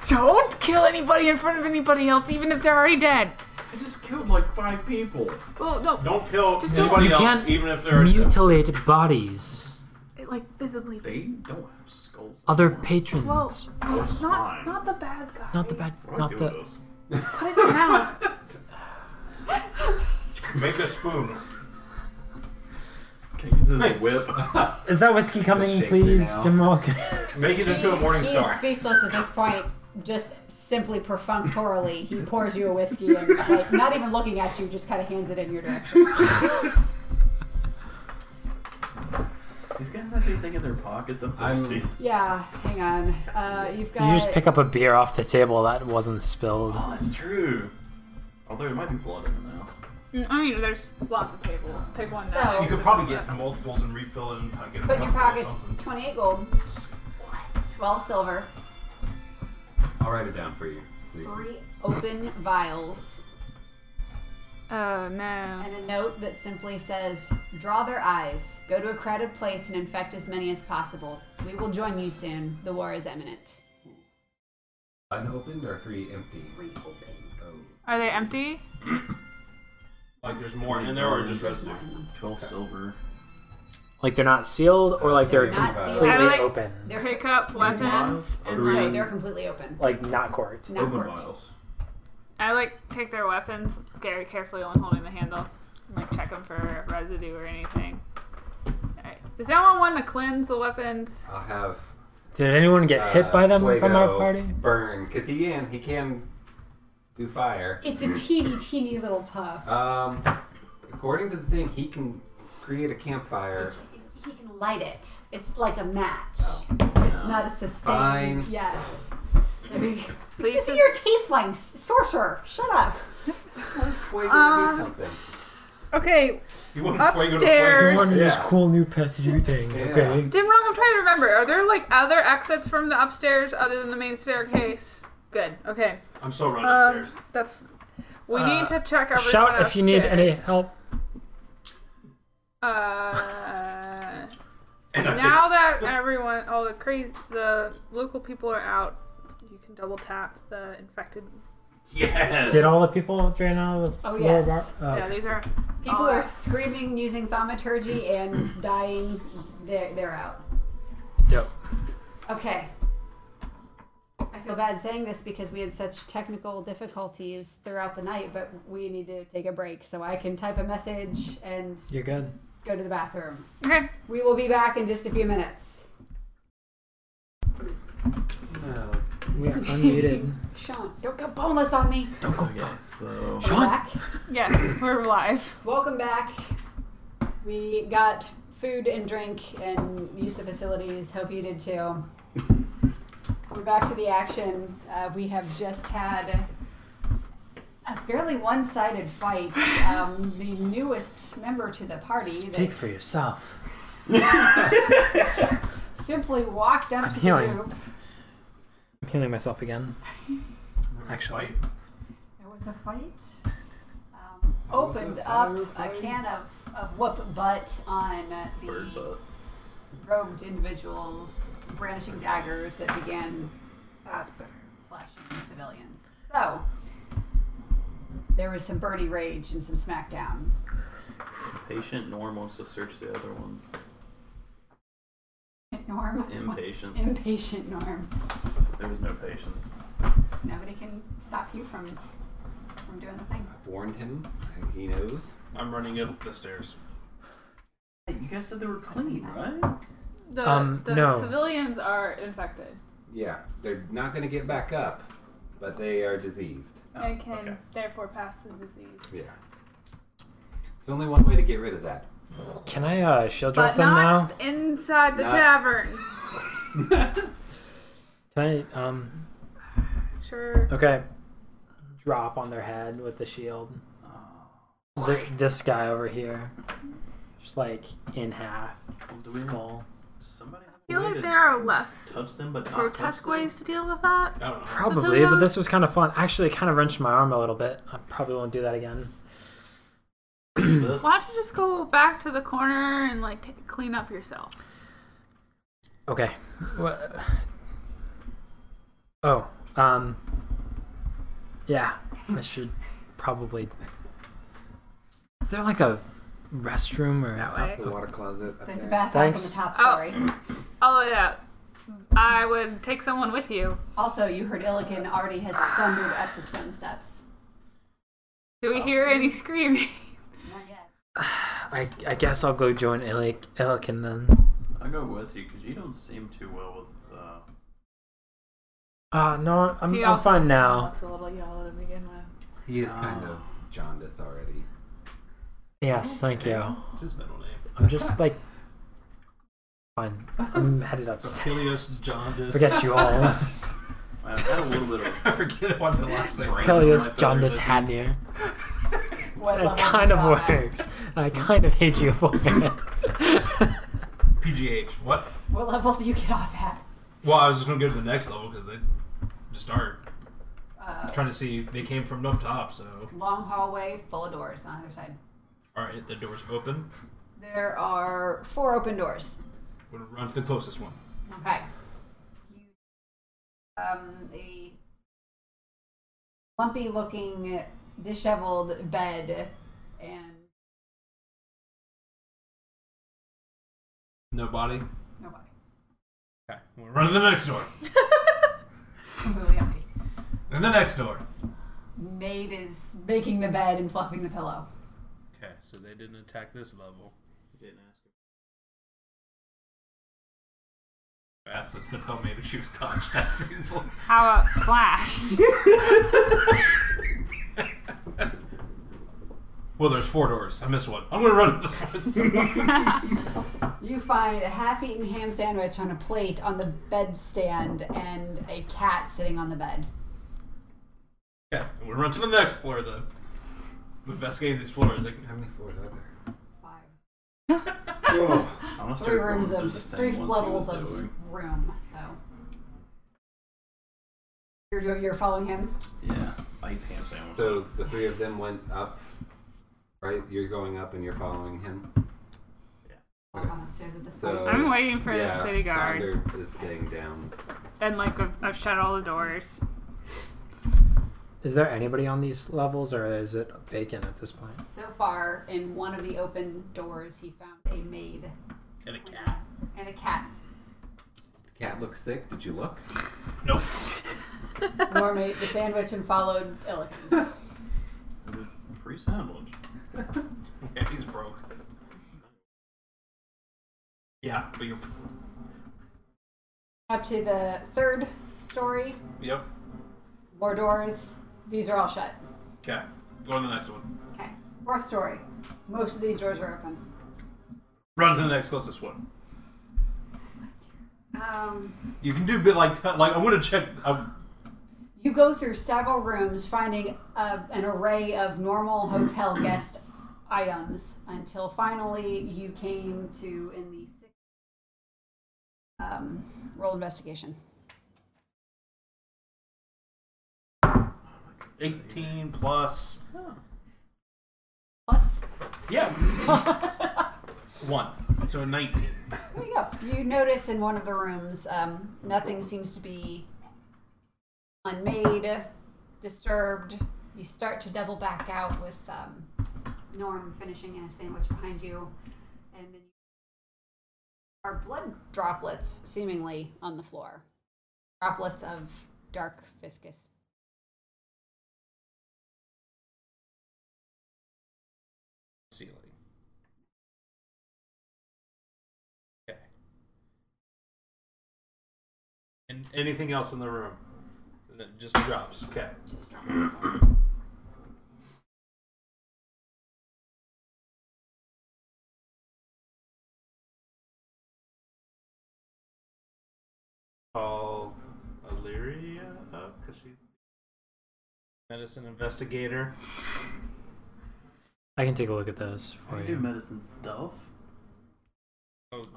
C: Don't kill anybody in front of anybody else, even if they're already dead.
F: I just killed like five people.
C: Well, no,
G: Don't kill
C: Just don't-
G: anybody
A: You
G: else,
A: can't
G: even if they're
A: Mutilate bodies.
C: it, like visibly.
F: They don't have skulls.
A: Other patrons.
C: Well,
F: That's
C: not
F: fine.
C: not the bad guy.
A: not the bad.
F: What do I
A: Not
F: do with
A: the.
F: those?
C: Put it down.
G: Make a spoon.
F: Can I use this as a whip?
A: Is that whiskey coming,
B: shaker
A: please,
B: now.
A: Dimrock?
G: Make it into a morning
D: he
G: star.
D: is speechless at this point. Just simply perfunctorily, he pours you a whiskey and, like, not even looking at you, just kind of hands it in your direction.
F: These guys have anything in their pockets? I'm
B: I'm-
F: thirsty.
D: Yeah, hang on. Uh, you've got.
A: You just pick up a beer off the table that wasn't spilled.
F: Oh, that's true. Although there might be blood in it now.
C: Mm, I mean, there's lots of tables. Pick one
D: So-
C: down.
G: You could probably get multiples and refill it and uh, get a
D: Put in your
G: bucket or
D: pockets
G: something.
D: 28 gold, 12 silver,
B: I'll write it down for you. So you can-
D: three open vials,
C: Oh no.
D: and a note that simply says, Draw their eyes, go to a crowded place and infect as many as possible. We will join you soon. The war is imminent.
B: Unopened or three empty?
D: Three open.
B: Oh.
C: Are they empty?
G: Like there's more in there or just residue.
F: Twelve silver.
A: Like they're not sealed, or like they're
B: They're not
A: completely
D: sealed.
C: I like-
A: open,
D: They're,
C: Pick up weapons. And
F: Three.
D: no,
C: like,
D: they're completely open.
A: like not corked.
D: Not
F: Open
D: corked.
F: vials.
C: I like take their weapons very carefully when holding the handle. and, Like check them for residue or anything. Alright. Does anyone want to cleanse the weapons?
B: I'll have.
A: Did anyone get hit
B: uh,
A: by them from our
B: Fuego
A: party?
B: Burn, because he can. He can do fire.
D: It's a teeny, teeny little puff.
B: Um, according to the thing, he can create a campfire.
D: He can light it. It's like a match.
B: Oh.
D: It's not a sustained.
B: Fine.
D: Yes.
C: Please.
D: This is your tiefling s- sorcerer. Shut up.
B: Fuego
C: Um,
B: do something.
C: Okay,
G: You want Fuego to
C: Upstairs.
G: Fuego?
B: this Yeah.
A: cool new pet to do things,
B: Yeah. okay?
C: Dimrock, I'm trying to remember. Are there like other exits from the upstairs other than the main staircase? Good. Okay.
G: I'm so running
C: Um,
G: upstairs.
C: that's. We
A: Uh,
C: need to check everyone
A: Shout if you need any
C: upstairs.
A: help.
C: Uh,
G: And I take-
C: now that everyone, all the crazy, the local people are out, you can double tap the infected.
G: yes.
A: Did all the people drain out of the
D: Oh,
A: lower
D: yes.
A: bar? Oh,
C: Yeah, these are.
D: People
C: Oh,
D: are
C: yeah.
D: screaming using thaumaturgy and dying. They're, they're out.
A: dope.
D: Okay. I feel bad saying this because we had such technical difficulties throughout the night, but we need to take a break. So I can type a message and
A: You're good.
D: go to the bathroom.
C: Okay.
D: We will be back in just a few minutes.
A: We are unmuted.
D: Sean, don't go boneless on me.
F: Okay, so
D: We're back.
C: Yes, we're live.
D: Welcome back. We got food and drink and used the facilities. Hope you did too. We're back to the action. Uh, we have just had a fairly one-sided fight. Um, the newest member to the party
A: Speak
D: that
A: for yourself.
D: simply walked up
A: I'm
D: to
A: healing.
D: the group.
A: I'm healing myself again. Actually.
G: Actually,
D: There was a fight. Um, opened up a can of, of whoop butt on uh, the
F: Bird butt.
D: robed individuals brandishing daggers that began That's better. slashing the civilians. So there was some birdie rage and some smackdown.
F: Patient Norm wants to search the other ones.
D: Norm.
F: Impatient.
D: Impatient Norm.
F: There was no patience.
D: Nobody can stop you from from doing the thing.
B: I warned him. and He knows.
G: I'm running up the stairs.
F: Hey, you guys said they were clean, right?
C: The,
A: Um,
C: the
A: no.
C: civilians are infected.
B: Yeah, they're not going to get back up, but they are diseased.
F: Oh,
C: and can
F: okay.
C: therefore pass the disease.
B: Yeah. There's only one way to get rid of that.
A: Can I uh, shield drop
C: But
A: them
C: not
A: now?
C: inside the
B: Not-
C: tavern.
A: Can I? Um.
C: Sure.
A: Okay. Drop on their head with the shield.
B: Oh.
A: Th- this guy over here, just like in half,
F: Well, do we
A: skull.
F: somebody have
C: I
F: a
C: feel
F: way
C: like
F: to
C: there are less
F: touch them but not touch
C: grotesque
F: them?
C: ways to deal with that.
G: I don't know.
A: Probably, but this was kind of fun. Actually, it kind of wrenched my arm a little bit. I probably won't do that again.
F: Use this.
C: Why don't you just go back to the corner and like t- clean up yourself?
A: Okay. What? Oh. Um. Yeah, I should probably. Is there like a restroom or?
C: That way.
B: The water closet. up
D: There's a
B: there.
D: bathhouse on the top
C: Oh.
D: story.
C: Oh yeah, I would take someone with you.
D: Also, you heard Illigan already has thundered up the stone steps.
C: Do we hear any screaming?
D: Not yet.
A: I, I guess I'll go join Illic, Illic and then.
F: I'll go with you because you don't seem too well with. Uh,
A: Uh, no, I'm,
C: He
A: I'm
C: also
A: fine
C: just
A: now.
C: Looks a little yellow to begin with.
B: He is kind
D: Um,
B: of jaundiced already.
A: Yes, thank you.
G: What's his middle name?
A: I'm just like. Fine. I'm headed upstairs.
G: Papilius jaundice.
A: Forget you all.
F: I've had a little bit of.
G: I forget what the last name. was.
A: Peleus Jaundice Hadnir.
D: What
A: It
D: level
A: kind
D: you
A: of
D: got?
A: works. I kind of hate you for it.
G: PGH. What?
D: What level do you get off at?
G: Well, I was just gonna go to the next level because they just aren't
D: Uh,
G: trying to see. They came from up top, so
D: long hallway full of doors on either side.
G: all right, the door's open.
D: There are four open doors.
G: We're gonna run to the closest one.
D: Okay. You, um, a lumpy looking, disheveled bed and
G: No body.
D: nobody.
G: Okay, we're running to the next door.
D: Completely empty.
G: And the next door.
D: Maid is making the bed and fluffing the pillow.
G: Okay, so they didn't attack this level.
F: Didn't ask him.
G: I said, "Don't tell me if she was touched." That seems like
C: How about slash?
G: well, there's four doors. I missed one. I'm gonna run to the fourth
D: You find a half eaten ham sandwich on a plate on the bedstand and a cat sitting on the bed.
G: Okay, we're gonna run to the next floor then. I'm investigating these floors. Like,
B: How many floors are there?
D: Five.
F: I'm gonna
D: Three
F: start going
D: rooms
F: through
D: of
F: the same
D: three
F: ones he was
D: levels of
F: doing.
D: room, so. You're, do- you're following him?
F: Yeah, I eat ham sandwich.
B: So the three of them went up, right? You're going up and you're following him. Okay.
D: On upstairs at this
B: So-
D: point.
C: I'm waiting for
B: yeah,
C: the city guard,
B: Sonder is staying down.
C: and like I've, I've shut all the doors.
A: Is there anybody on these levels, or is it vacant at this point?
D: So far, in one of the open doors, he found a maid
G: and a cat.
D: and a cat.
B: The cat looks sick. Did you look?
G: Nope.
D: Norm ate the sandwich and followed Illican.
F: Free sandwich.
G: Yeah, he's broke. Yeah, but you're.
D: Up to the third story,
G: Yep.
D: more doors. These are all shut.
G: Okay, go to the next one.
D: Okay. Fourth story. Most of these doors are open.
G: Run to the next closest one.
D: Um,
G: You can do a bit like like I want to check. Um,
D: You go through several rooms finding a, an array of normal hotel guest items until finally you came to in the sixth. Um, roll investigation.
G: 18 plus.
D: Plus,
G: Yeah. One. So 19.
D: there you go. You notice in one of the rooms, um, nothing seems to be unmade, disturbed. You start to double back out with um, Norm finishing a sandwich behind you, and then are blood droplets seemingly on the floor. Droplets of dark viscous.
G: Ceiling. Okay. And anything else in the room? And it just drops. Okay. Call Illyria up because she's medicine investigator.
A: I can take a look at those
B: Oh,
A: for
E: do
A: you.
E: medicine stuff.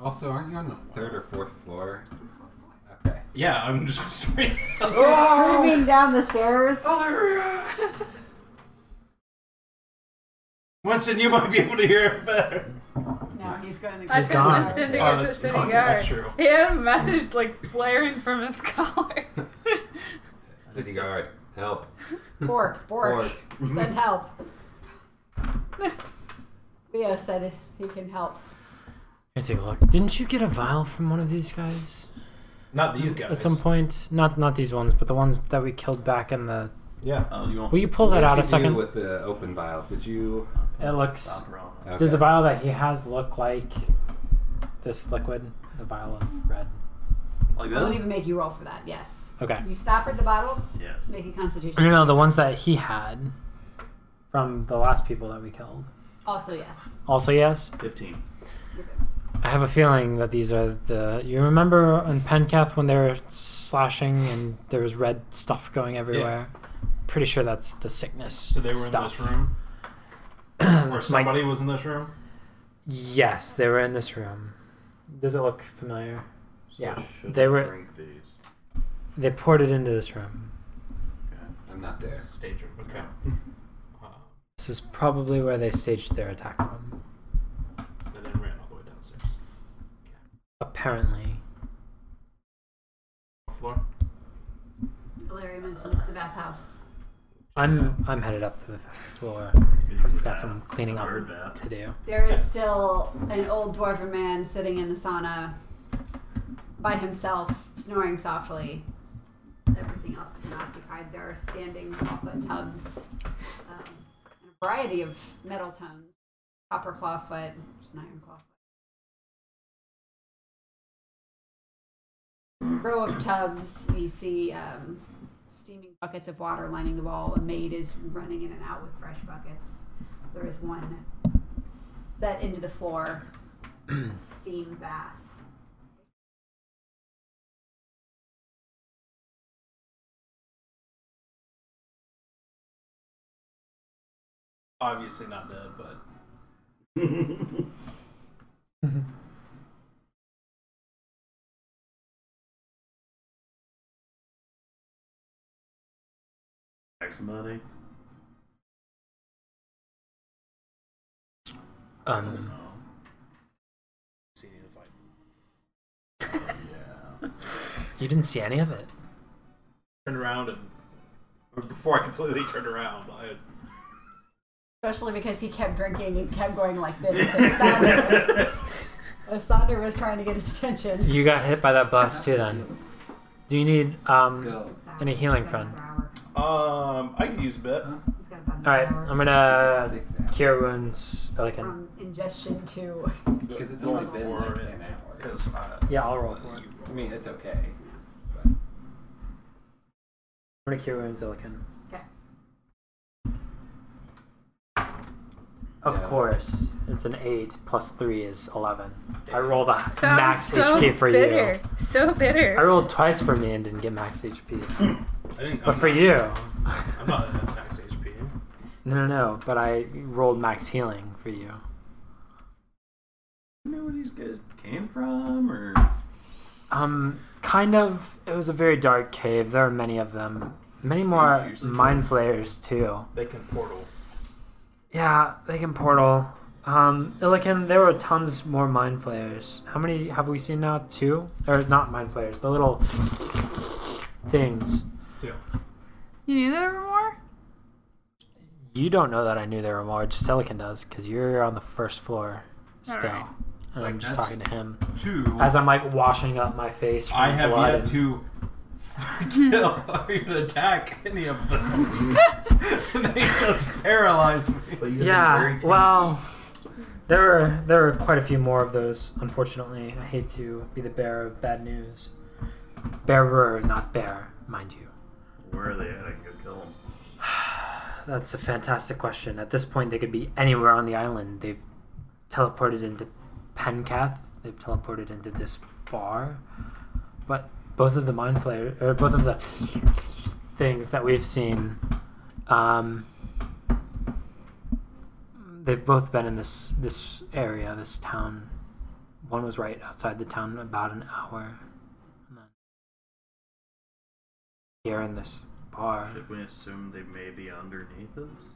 B: Also, aren't you on the third or fourth floor? Okay.
G: Yeah, I'm just gonna straight.
D: Screaming down the stairs.
G: Winston, you might be able to hear it better.
D: No, he's going to
C: I
A: He's
C: sent
A: gone.
C: Winston to
G: Oh,
C: get the
G: that's-
C: city
G: oh,
C: guard.
G: that's true.
C: He had a message like blaring from his collar.
B: City guard, help.
D: Bork, Bork, send help. Leo said he can help.
A: I take a look. Didn't you get a vial from one of these guys
G: Not these guys.
A: at some point? Not not these ones, but the ones that we killed back in the.
G: Yeah.
E: Oh, you want
A: Will you pull that out a
B: What did you do
A: second?
B: with the open vials? Did you?
A: It looks.
E: stop around?
B: Okay.
A: Does the vial that he has look like this liquid? The vial of red.
E: Like
D: I won't
E: this?
D: even make you roll for that, yes.
A: Okay.
D: You stop at the bottles,
E: Yes.
D: make a constitution.
A: No, no, the ones that he had from the last people that we killed.
D: Also, yes.
A: Also, yes.
E: 15.
D: You're good.
A: I have a feeling that these are the. You remember on Pencath when they were slashing and there was red stuff going everywhere. Pretty sure that's the sickness.
G: So they were
A: stuff.
G: in this room. or
A: That's my-
G: somebody was in this room.
A: Yes, they were in this room. Does it look familiar? Yeah,
E: I shouldn't
A: they were-
E: Drink these.
A: They poured it into this room.
B: I'm not there.
G: It's a stage room. Okay. Uh,
A: This is probably where they staged their attack from.
G: and then ran all the way downstairs.
A: Apparently.
G: Floor.
D: Larry mentioned it's the bathhouse.
A: I'm I'm headed up to the fifth floor. I've got some cleaning up
E: Heard that.
A: to do.
D: There is still an old dwarven man sitting in the sauna by himself, snoring softly. Everything else is unoccupied. There are standing 12 foot tubs, um, and a variety of metal tones copper clawfoot, there's an iron clawfoot. Row of tubs, and you see um, steaming buckets of water lining the wall. A maid is running in and out with fresh buckets. There is one set into the floor steam bath.
G: Obviously not dead, but
E: Tax money.
A: Um
G: see if I
A: you didn't see any of it.
G: turned around and or before I completely turned around, I had
D: Especially because he kept drinking and kept going like this to Asander. Asander was trying to get his attention.
A: You got hit by that blast too then. Do you need um
B: Go.
A: Any healing friend?
G: um I could use a bit.
A: Alright, I'm gonna
B: Six hours.
A: cure wounds Elican.
C: Um,
D: From ingestion to.
B: Because it's
G: Roll
B: only been
G: for
B: like
G: it.
B: an hour.
G: Because uh,
A: Yeah, I'll roll for it.
G: you-
B: I mean, it's okay.
A: I'm gonna cure wounds Elican.
D: Okay.
A: Of
B: Yeah.
A: course. It's an 8 plus 3 is 11. I rolled a
C: Sounds
A: max
C: so
A: HP for
C: bitter.
A: you.
C: So bitter.
A: I rolled twice for me and didn't get max HP.
G: I didn't,
A: But
G: I'm
A: for
G: not-
A: you.
G: I'm not at max HP.
A: No, no, no. But I rolled max healing for you.
F: you know where these guys came from, or
A: Um, kind of. It was a very dark cave. There are many of them. Many more
F: usually
A: mind flayers, too.
G: They can portal.
A: Yeah, they can portal. Um, Illican, there were tons more mind flayers. How many have we seen now? Two? Or not mind flayers, the little things.
G: Two.
C: you knew there were more?
A: You don't know that I knew there were more, just Illican does, because you're on the first floor still.
C: Alright.
A: And I'm
G: Like,
A: just
G: that's-
A: talking to him.
G: Two.
A: As I'm like washing up my face from
G: I have
A: blood
G: yet
A: and-
G: to kill or even attack any of them. they just paralyze me.
E: But you have been
A: Yeah,
E: very tame.
A: well, there were there were quite a few more of those. Unfortunately, I hate to be the bearer of bad news. Bearer, not bear, mind you.
E: Where are they at? I can go kill them.
A: That's a fantastic question. At this point, they could be anywhere on the island. They've teleported into Pencath. They've teleported into this bar. But both of the mind flayer, or both of the things that we've seen, um, they've both been in this this area, this town. One was right outside the town about an hour. And then here in this bar.
E: Should we assume they may be underneath us?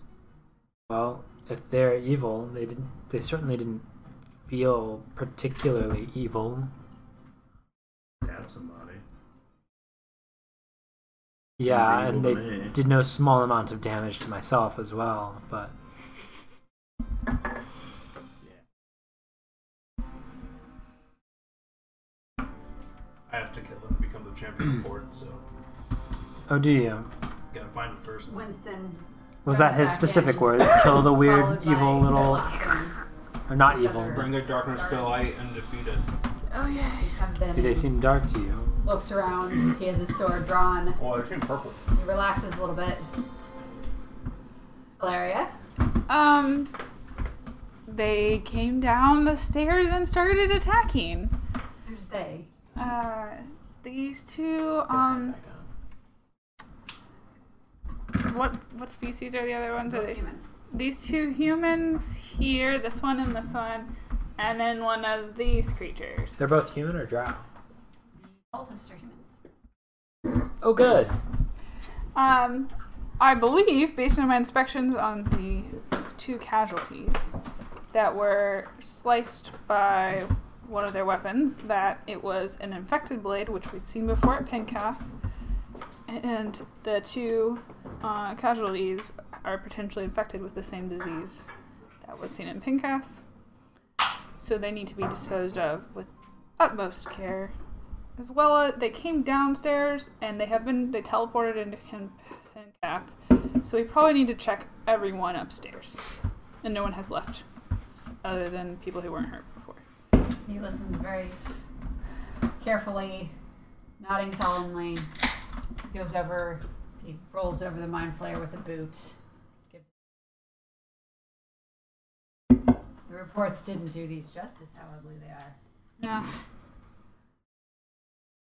A: Well, if they're evil, they didn't. They certainly didn't feel particularly evil.
E: Stab somebody.
A: Yeah,
E: evil
A: and
E: to
A: they
E: me.
A: did no small amount of damage to myself as well. But
G: I have to kill them to become the champion of board, so
A: oh, do you?
G: gotta find them first.
D: Winston.
A: Was
D: Comes
A: that his
D: back
A: specific
D: in,
A: words? Kill the weird,
D: followed by
A: evil little,
D: Delos
A: or not
D: Six
A: evil?
D: other-
G: Bring their darkness to light and defeat it.
C: Oh, yeah.
D: and have them-
A: Do they seem dark to you?
D: looks around. He has his sword drawn.
G: Oh, I turned purple.
D: He relaxes a little bit. Valeria,
C: Um, they came down the stairs and started attacking.
D: who's they?
C: Uh, these two. Um, what what species are the other ones? Are
D: Both
C: they-
D: human.
C: These two humans here, this one and this one, and then one of these creatures.
A: They're both human or drow?
D: Cultists are humans.
A: Oh, good.
C: Um, I believe, based on my inspections on the two casualties that were sliced by one of their weapons, that it was an infected blade, which we've seen before at Pincath, and the two uh, casualties are potentially infected with the same disease that was seen in Pincath. So they need to be disposed of with utmost care as well as they came downstairs and they have been they teleported into Pencath. So we probably need to check everyone upstairs, and no one has left, s- other than people who weren't hurt before.
D: He listens very carefully, nodding solemnly. He goes over, he rolls over the mind flayer with a boot. Gives... The reports didn't do these justice, how ugly they are.
C: Yeah.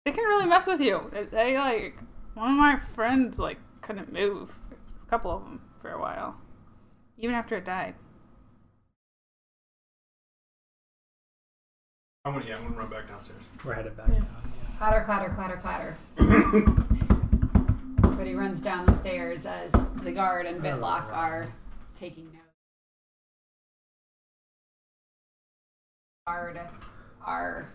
C: They can really mess with you. They- They like one of my friends like couldn't move, a couple of them for a while, even after it died.
G: I'm gonna, yeah, I'm gonna run back downstairs.
A: We're headed back.
C: Yeah.
A: down, yeah.
D: Clatter, clatter, clatter, clatter. Everybody runs down the stairs as the guard and Bitlock are taking notes. Guard are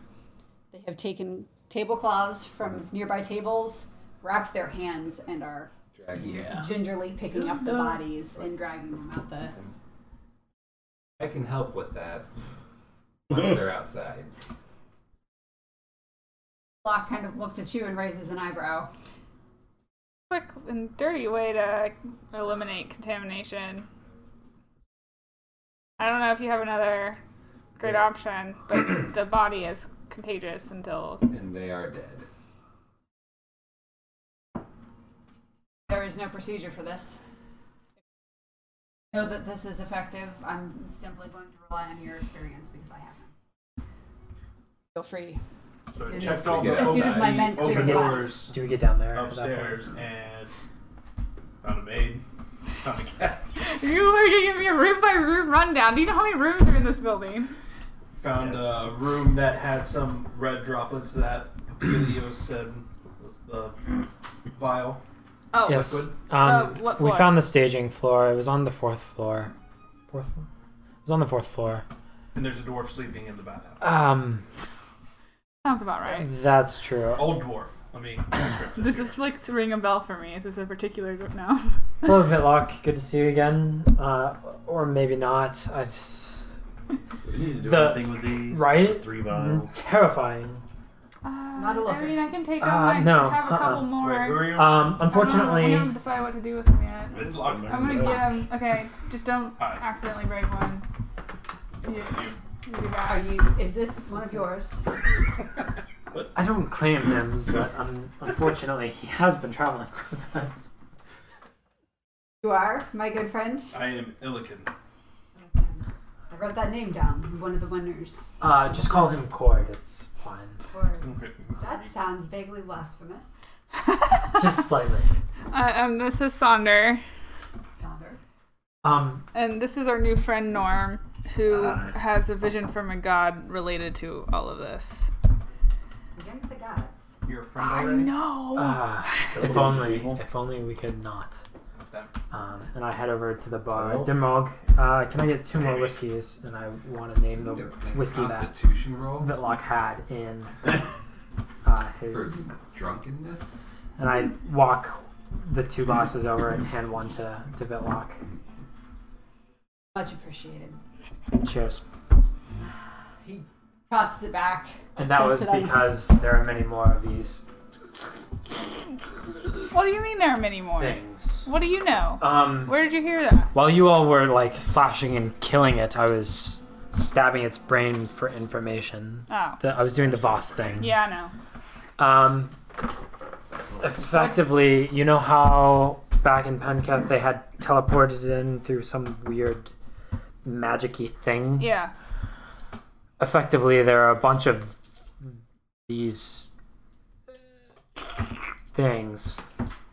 D: they have taken tablecloths from nearby tables, wrapped their hands, and are
B: Drags you.
D: gingerly picking up the bodies and dragging them out the.
B: I can help with that. Once they're outside.
D: Bitlock kind of looks at you and raises an eyebrow.
C: Quick and dirty way to eliminate contamination. I don't know if you have another great option, but the body is contagious until
B: And they are dead.
D: There is no procedure for this. know that this is effective. I'm simply going to rely on your experience because I haven't. Feel free.
G: So
D: As
G: I
D: soon
G: checked
D: as,
G: all the,
B: as
G: open-
D: soon as my
G: the
D: mentor
G: open
A: class.
G: doors
A: Do we get down there? at that
G: upstairs and found a maid. Found a cat.
C: You are giving me a room by room rundown. Do you know how many rooms are in this building?
G: Found
E: Yes.
G: a room that had some red droplets that Papilios said was the vial.
C: Oh,
A: point? Yes.
G: Liquid?
A: Um,
C: Oh, what
A: we
C: floor?
A: found the staging floor. It was on the fourth floor. Fourth floor? It was on the fourth floor.
G: And there's a dwarf sleeping in the bathhouse.
A: Um,
C: sounds about right.
A: that's true.
G: Old dwarf. I mean, descriptive
C: This
G: here.
C: is like to ring a bell for me. Is this a particular group now?
A: Hello, Vitlock. Good to see you again. Uh, or maybe not. I just...
E: We need to do
A: The-
E: anything with these.
A: Right?
E: Three
A: Uh,
E: vials.
A: Terrifying.
C: Uh,
D: a
C: I
D: looker.
C: mean, I can take
A: Uh,
C: out my.
A: no,
C: I have a
A: uh-uh.
C: couple
G: Wait,
C: more.
G: who are
A: Um,
G: you?
C: I don't know- I
A: unfortunately,
C: haven't decided what to do with them yet.
E: Just
G: Lock.
E: remember
C: I'm gonna
E: that.
C: get him. Okay, just don't
G: Alright.
C: accidentally break one. You, you do
D: Are
C: that.
D: you? Is this one of yours?
A: I don't claim him, but um, unfortunately, he has been traveling with us.
D: You are my good friend.
G: I am Illican.
D: I wrote that name down. You're one of the winners.
A: Uh, just call him Cord. It's fine.
D: Or
G: Okay.
D: that sounds vaguely blasphemous.
A: Just slightly.
C: Uh, um, this is Sonder,
D: Sonder.
A: Um,
C: and this is our new friend Norm, who
E: Hi.
C: has a vision from a god related to all of this.
D: Again with the gods.
G: You're a friend
C: I
G: already?
C: know.
A: ah,
E: Kill a
A: if
E: bunch of
A: only,
E: people.
A: if only we could not.
G: Not that
A: Um, and I head over to the bar.
E: Hello?
A: Demog, uh, can I get two more
G: Maybe.
A: whiskeys? And I want to name the
B: Do it. Make a
A: whiskey that
B: Constitution roll
A: Vitlock had in uh,
B: for
A: his.
B: drunkenness.
A: And I walk the two glasses over and hand one to, to Vitlock.
D: Much appreciated.
A: Cheers.
D: Tosses it back.
A: And that was
D: Thanks for that.
A: because there are many more of these
C: What do you mean there are many more?
A: things.
C: What do you know?
A: Um,
C: Where did you hear that?
A: while you all were like slashing and killing it, I was stabbing its brain for information.
C: Oh,
A: The, I was doing the Voss thing.
C: yeah, I know.
A: Um, effectively, you know how back in Penketh they had teleported in through some weird magic-y thing?
C: Yeah.
A: effectively there are a bunch of these things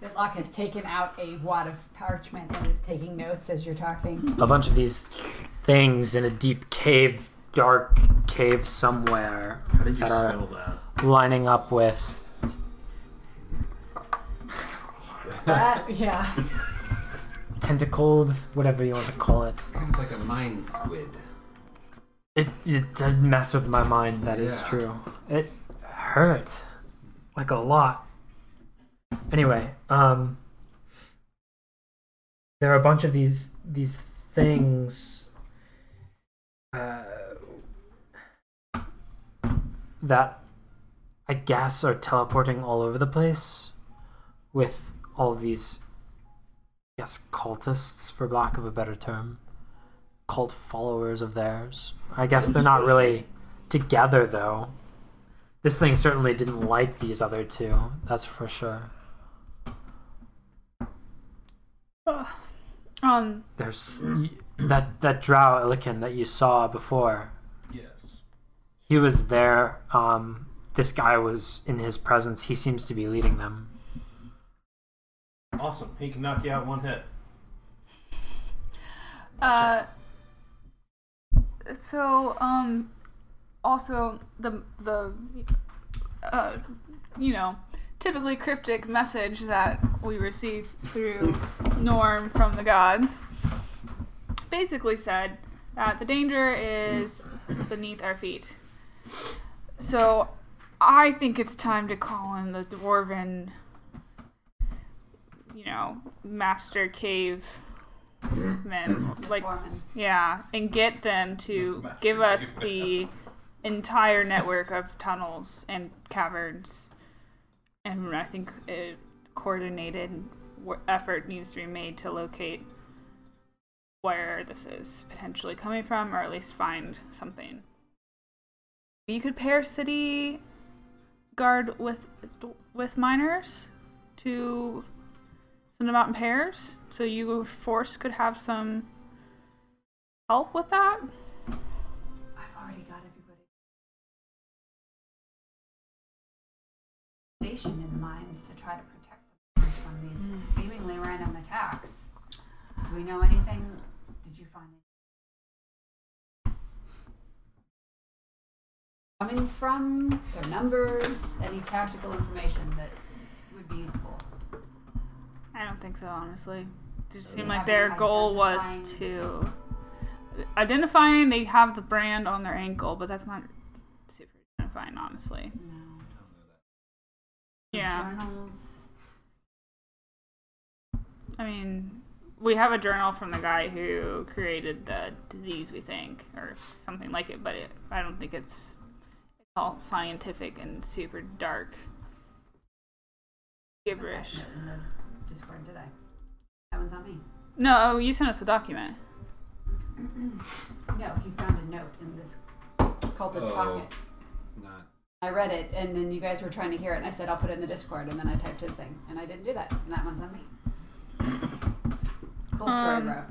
D: Bitlock has taken out a wad of parchment and is taking notes as you're talking.
A: a bunch of these things in a deep cave dark cave somewhere
E: How did you
A: That are-
E: smell that?
A: lining up with
D: That, yeah.
A: tentacled whatever you want to call it
B: Kind of like a mind squid.
A: it, it did mess with my mind That is
B: Yeah.
A: true it hurt like a lot anyway um there are a bunch of these these things uh, that i guess are teleporting all over the place with all these i guess cultists for lack of a better term cult followers of theirs i guess they're not really together though this thing certainly didn't like these other two that's for sure
C: Um,
A: There's that that drow Illican that you saw before.
G: Yes.
A: He was there. Um, this guy was in his presence. He seems to be leading them.
G: Awesome. He can knock you out in one hit.
C: uh, so, um, also the, the, uh, you know, typically cryptic message that we receive through Norm from the gods basically said that the danger is beneath our feet. So, I think it's time to call in the dwarven, you know, master cave men, like
D: Foreman.
C: yeah, and get them to give us the entire network of tunnels and caverns. And I think a coordinated wo- effort needs to be made to locate where this is potentially coming from, or at least find something. You could pair city guard with with miners to send them out in pairs, so you force could have some help with that?
H: I've already got everybody stationed in the mines to try to protect them from these
C: Mm.
H: seemingly random attacks. Do we know anything? Did you find it
D: Coming from their numbers, any tactical information that would be useful.
C: I don't think so, honestly. It just seemed
D: they
C: like
D: have
C: their
D: been
C: goal was to identifying. They have the brand on their ankle, but that's not super identifying, honestly.
D: No.
C: Yeah,
D: Journals.
C: I mean, we have a journal from the guy who created the disease, we think, or something like it. But it, I don't think it's it's all scientific and super dark gibberish.
H: in the Discord today? That one's on me.
C: No, you sent us a document.
H: No, he found a note in this.
D: Called this
B: Oh.
D: pocket.
B: Not
D: I read it, and then you guys were trying to hear it, and I said I'll put it in the Discord, and then I typed his thing, and I didn't do that, and that one's on me. Full story,
C: Um,
D: bro.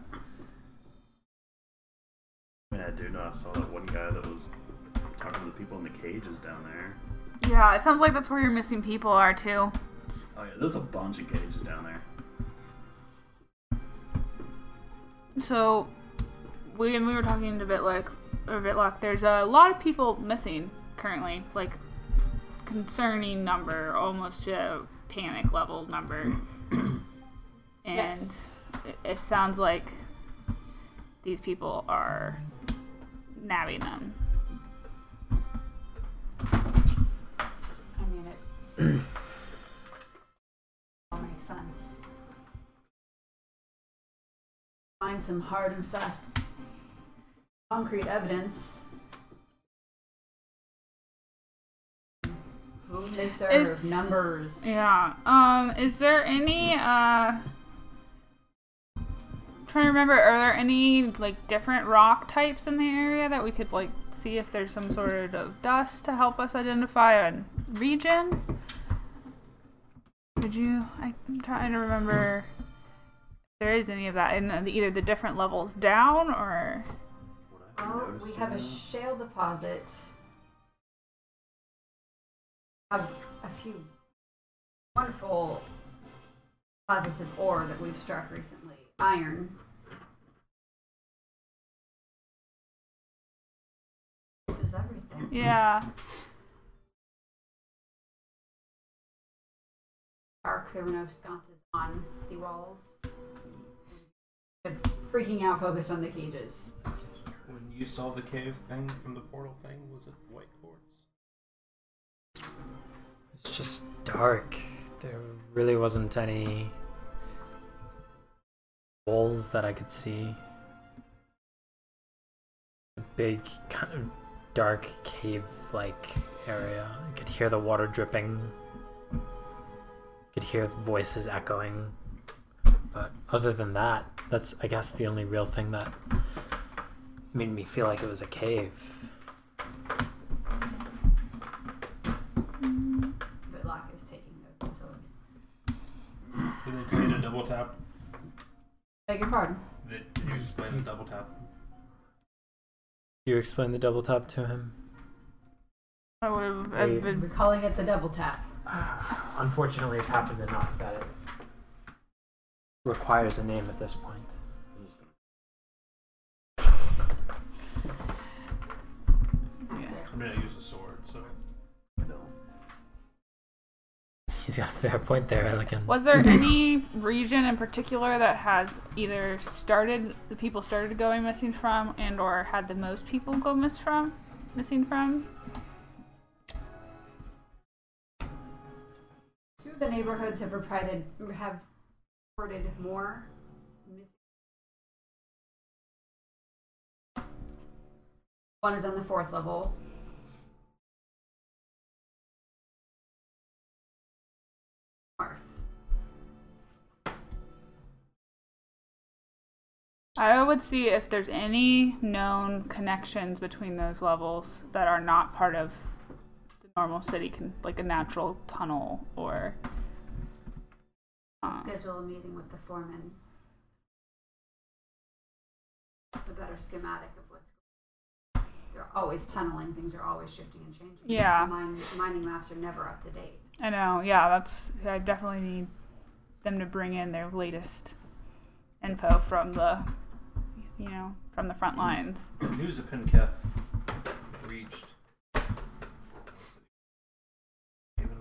E: I mean, I do know I saw that one guy that was talking to the people in the cages down there.
C: Yeah, it sounds like that's where your missing people are too.
E: Oh yeah, there's a bunch of cages down there.
C: So, we and we were talking to Bitlock, or Bitlock. There's a lot of people missing currently, like concerning number, almost to a panic level number. and
D: Yes.
C: it, it sounds like these people are nabbing them.
H: I mean, it all makes sense.
D: Find some hard and fast concrete evidence. Who they serve,
C: Is-
D: numbers.
C: Yeah. Um. Is there any uh? Trying to remember, are there any like different rock types in the area that we could like see if there's some sort of dust to help us identify a region? Would you? I'm trying to remember. if There is any of that in the, either the different levels down or
E: What I
D: Oh, we
E: noticed
D: have a
E: was-
D: shale deposit. Have a few wonderful deposits of ore that we've struck recently. Iron.
H: This is everything.
C: yeah.
D: Dark. There were no sconces on the walls. They're freaking out, focused on the cages.
G: When you saw the cave thing from the portal thing, was it white quartz?
A: It's just dark. There really wasn't any holes that I could see. A big kind of dark cave-like area. I could hear the water dripping. Could hear the voices echoing. But other than that, that's I guess the only real thing that made me feel like it was a cave.
D: But Locke is taking notes. So.
G: Did they tell you to double tap?
D: Beg your pardon.
G: Did, did you explain the double tap?
A: You explained the double tap to him.
C: I would have
A: Wait.
C: I've been
D: We're calling it the double tap.
A: Unfortunately, it's happened enough that it requires a name at this point.
G: I mean, I used a sword, so.
A: He's got a fair point there, Elican.
C: Was there any region in particular that has either started the people started going missing from and or had the most people go miss from missing from?
D: Two of the neighborhoods have reported have reported more. miss- One is on the fourth level. North.
C: I would see if there's any known connections between those levels that are not part of the normal city can like a natural tunnel or um, uh,
D: Schedule a meeting with the foreman.
H: a better schematic of what's going on. They're always tunneling, things are always shifting and changing.
C: Yeah.
H: Mine, mining maps are never up to date.
C: I know. Yeah, that's. I definitely need them to bring in their latest info from the, you know, from the front lines.
G: News of Penketh reached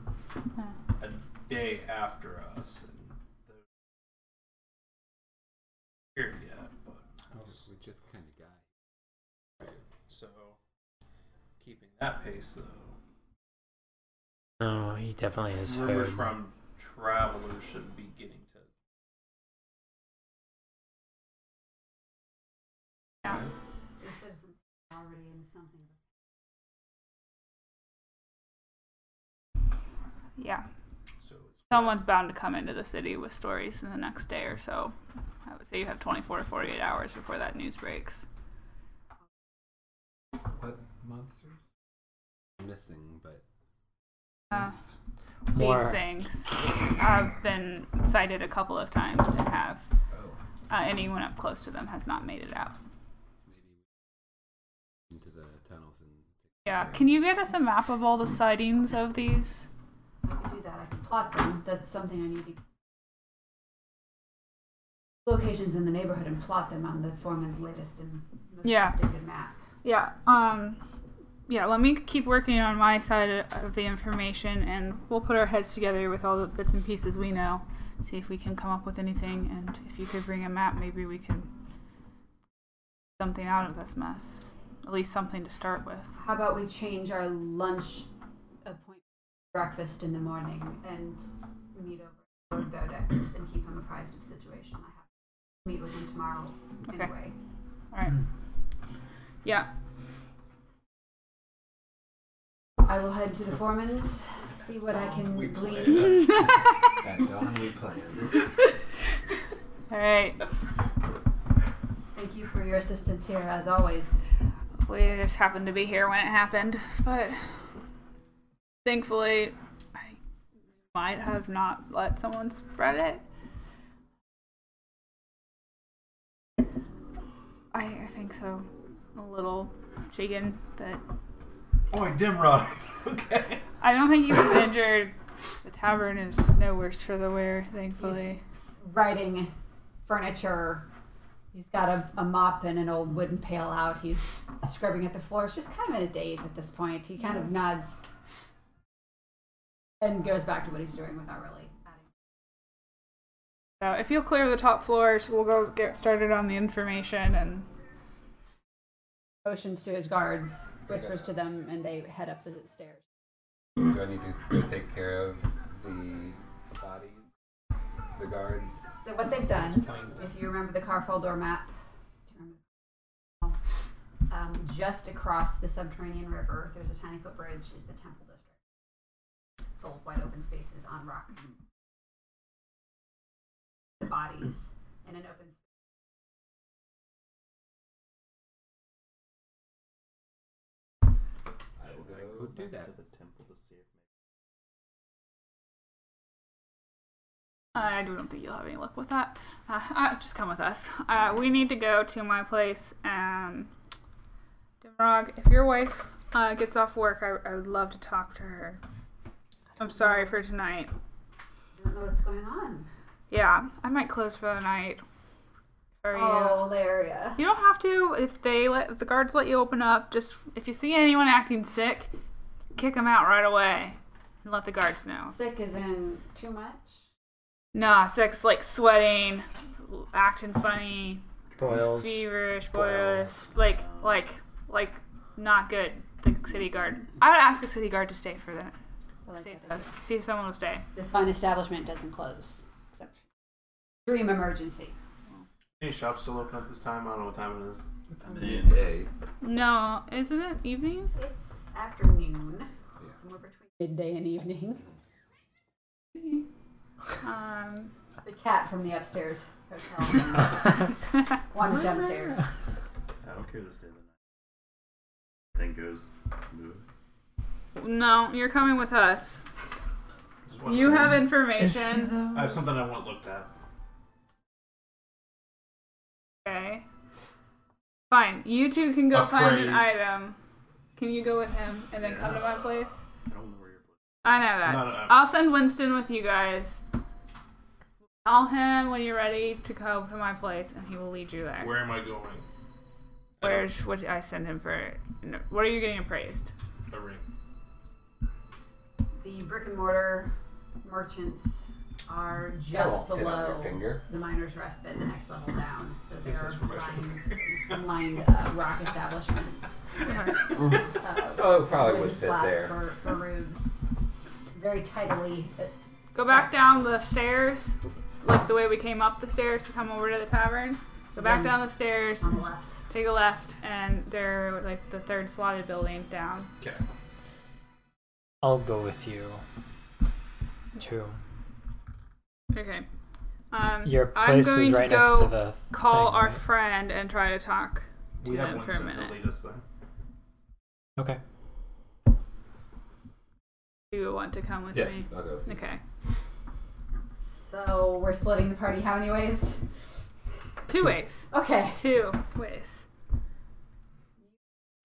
G: a day after us. And the here yet, but
B: Oh, We just kind of got.
G: so keeping that pace though.
A: Oh, he definitely is.
G: Rumors
A: heard.
G: from travelers should be getting to
C: Yeah.
H: The citizens are already in something.
C: Yeah.
G: so it's
C: Someone's bound to come into the city with stories in the next day or so. I would say you have 24 to 48 hours before that news breaks.
B: What monsters? Missing, but.
C: Uh,
A: More-
C: These things have been cited a couple of times and have
B: Oh,
C: uh, anyone up close to them has not made it out.
B: maybe. Into the tunnels and.
C: Yeah. Can you get us a map of all the sightings of these?
H: I can do that. I can plot them. That's something I need to. Locations in the neighborhood and plot them on the foreman's latest and most
C: Yeah.
H: updated map.
C: Yeah. Um. Yeah. Let me keep working on my side of the information, and we'll put our heads together with all the bits and pieces we know. See if we can come up with anything, and if you could bring a map, maybe we can something out of this mess. At least something to start with.
H: How about we change our lunch appointment, breakfast in the morning, and meet over at Bodex and keep him apprised of the situation? I have to meet with him tomorrow
C: Okay.
H: anyway.
C: All right. Yeah.
H: I will head to the foreman's, see what I can
B: We
H: glean.
B: At dawn we plan.
C: All right.
H: Thank you for your assistance here, as always.
C: We just happened to be here when it happened, but thankfully, I might have not let someone spread it. I, I think so. A little shaken, but
G: Boy, Dimrod. okay.
C: I don't think he was injured. The tavern is no worse for the wear, thankfully.
D: writing furniture. He's got a, a mop and an old wooden pail out. He's scrubbing at the floor. It's just kind of in a daze at this point. He kind of nods and goes back to what he's doing without really adding.
C: So if you'll clear the top floors, we'll go get started on the information and
D: Motions to his guards, whispers to them, and they head up the stairs.
B: Do I need to go take care of the bodies? The guards?
D: So what they've done,
G: Plain
D: if you remember the Carfall door map,
H: Um, just across the subterranean river, there's a tiny footbridge, is the temple district. Full of wide open spaces on rock. The bodies in an open
B: I will
E: Should I
B: go do
E: back
B: that.
E: To the temple to see if
C: I don't think you'll have any luck with that. Uh, uh, just come with us. Uh, we need to go to my place. Um, Dimrog, if your wife uh, gets off work, I, I would love to talk to her. I'm sorry for tonight.
H: I don't know what's going on.
C: Yeah, I might close for the night. For you.
H: Oh,
D: Oh.
H: Valeria.
C: You don't have to. If they let if the guards let you open up, just if you see anyone acting sick, kick them out right away and let the guards know.
D: sick is in too much.
C: Nah, sick's like sweating, acting funny,
A: boils.
C: feverish, boilers, like, like, like, not good. The city guard. I would ask a city guard to stay for that.
D: I like
C: Stay
D: that idea.
C: post. See if someone will stay.
D: This fine establishment doesn't close, except dream emergency.
G: Any shops still open at this time? I don't know what time it is.
B: Midday.
C: No, isn't it evening?
H: It's afternoon. Somewhere between
D: Midday and evening.
C: Um,
D: The cat from the upstairs hotel wanders down the stairs.
E: I don't care this day of the night. Thing goes, let's move.
C: no, you're coming with us.
G: Just one
C: You
G: thing.
C: have information.
G: I have something I want looked at.
C: Okay. Fine. You two can go find an
G: Appraised.
C: item. Can you go with him and then come to my place?
E: I don't know where you're.
C: I know that.
G: No, no, no.
C: I'll send Winston with you guys. Call him when you're ready to go to my place, and he will lead you there.
G: Where am I going?
C: Where's what I send him for? No, what are you getting appraised?
G: A ring.
D: The brick and mortar merchants are
B: That
D: just
B: won't fit on
D: below
B: your finger.
D: the miners' respite, the next level down. So there
G: This is for my
D: are lined, lined uh, rock establishments. uh,
B: Oh, it probably
D: wooden
B: would fit
D: slats
B: there.
D: For, for roofs, very tidily. But
C: Go back down the stairs, like the way we came up the stairs to come over to the tavern. Go back down the stairs,
D: on the left.
C: take a left, and they're like the third slotted building down.
G: Okay.
A: I'll go with you. Too.
C: Okay. Um,
A: Your
C: I'm
A: place
C: going
A: is right
C: to go
A: next to the.
C: call
A: thing,
C: our
A: right?
C: friend and try to talk.
E: We
C: Yeah,
E: have
C: for a
E: Winston
C: minute.
E: to lead us there.
A: Okay.
C: Do you want to come with
B: Yes,
C: me?
B: I'll go.
C: Okay.
D: So we're splitting the party how many ways?
C: Two ways.
D: Okay.
C: Two ways.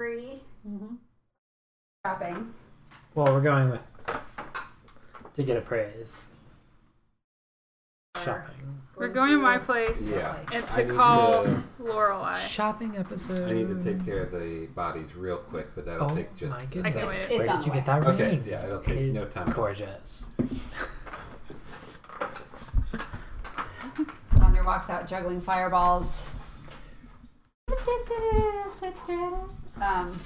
D: Three. Shopping.
A: Mm-hmm. Well, we're going with to get appraised. Shopping.
C: We're going to my place
B: Yeah.
C: and
B: I
C: to
B: need
C: call
B: to-
C: Lorelei.
A: Shopping episode.
B: I need to take care of the bodies real quick, but that'll
A: Oh
B: take just.
A: my
C: I
A: goodness!
C: can wait.
D: It's,
A: Where
D: it's on
A: did
D: the
A: you
D: way.
A: get that ring?
B: Okay, yeah, it'll take
A: it is
B: no time.
A: Gorgeous.
I: Sonder walks out juggling fireballs.
D: Um,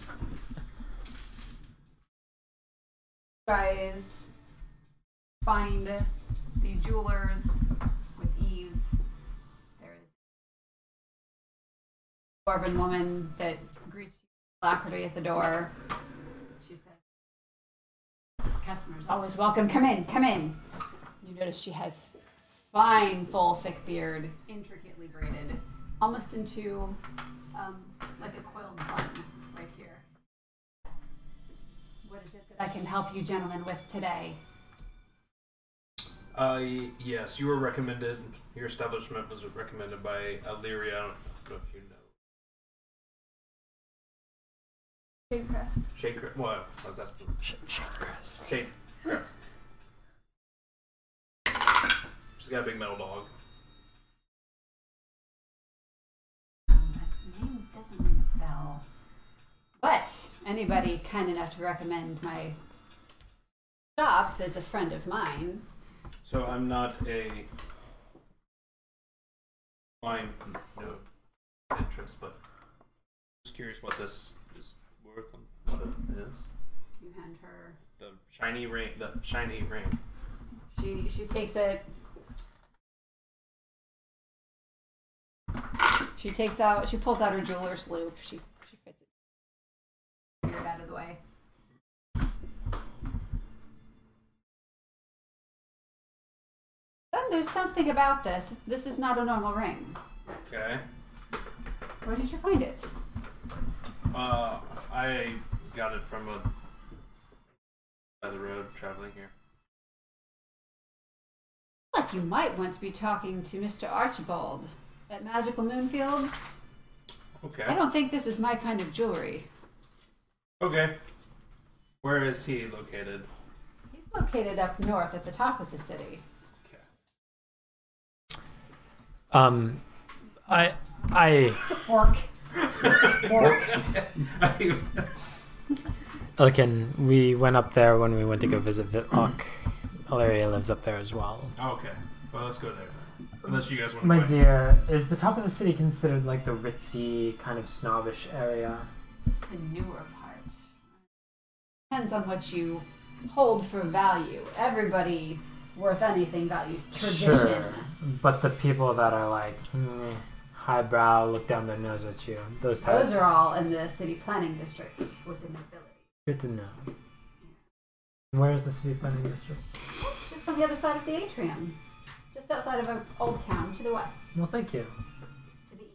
D: guys find the jewelers with ease. There is a dwarven woman that greets you with alacrity at the door. She says, "Customers always welcome. Come in, come in." You notice she has fine, full, thick beard, intricately braided, almost into um, like a coiled bun right here. What is it that I can help you gentlemen with today?
G: Uh, y- yes, you were recommended. Your establishment was recommended by Illyria. I don't know if you know. Shade Crest. Well, I was asking. Shade Crest. She's got a big metal dog.
D: Um, that name doesn't ring a bell. But anybody kind enough to recommend my shop is a friend of mine.
G: So I'm not a wine no interest, but just curious what this is worth and what it is.
D: You hand her.
G: The shiny ring. The shiny ring.
D: She she takes it. She takes out. She pulls out her jeweler's loop. She she fits it. Get it out of the way. Then there's something about this. This is not a normal ring.
G: Okay.
D: Where did you find it?
G: Uh, I got it from a by the road traveling here.
D: Look, you might want to be talking to Mr. Archibald at Magical Moonfields. I
A: Oh.
G: Okay.
D: don't think this is my kind of jewelry.
G: Okay. Where is he located?
D: He's located up north at the top of the city.
G: Okay.
A: Um, I I
D: Orc.
A: Elkin. We went up there when we went to go visit Vitlock. Alaria lives up there as well.
G: Oh, okay. Well, let's go there. Then. Unless you guys want to.
A: My dear, is the top of the city considered like the ritzy kind of snobbish area?
D: It's the newer part. Depends on what you hold for value. Everybody worth anything values tradition.
A: Sure, but the people that are like mm, highbrow, look down their nose at you. Those types.
D: Those are all in the city planning district within the village.
A: Good to know. Where is the city planning district?
D: It's just on the other side of the atrium, just outside of Old Town to the west,
A: Well, thank you.
D: to the east,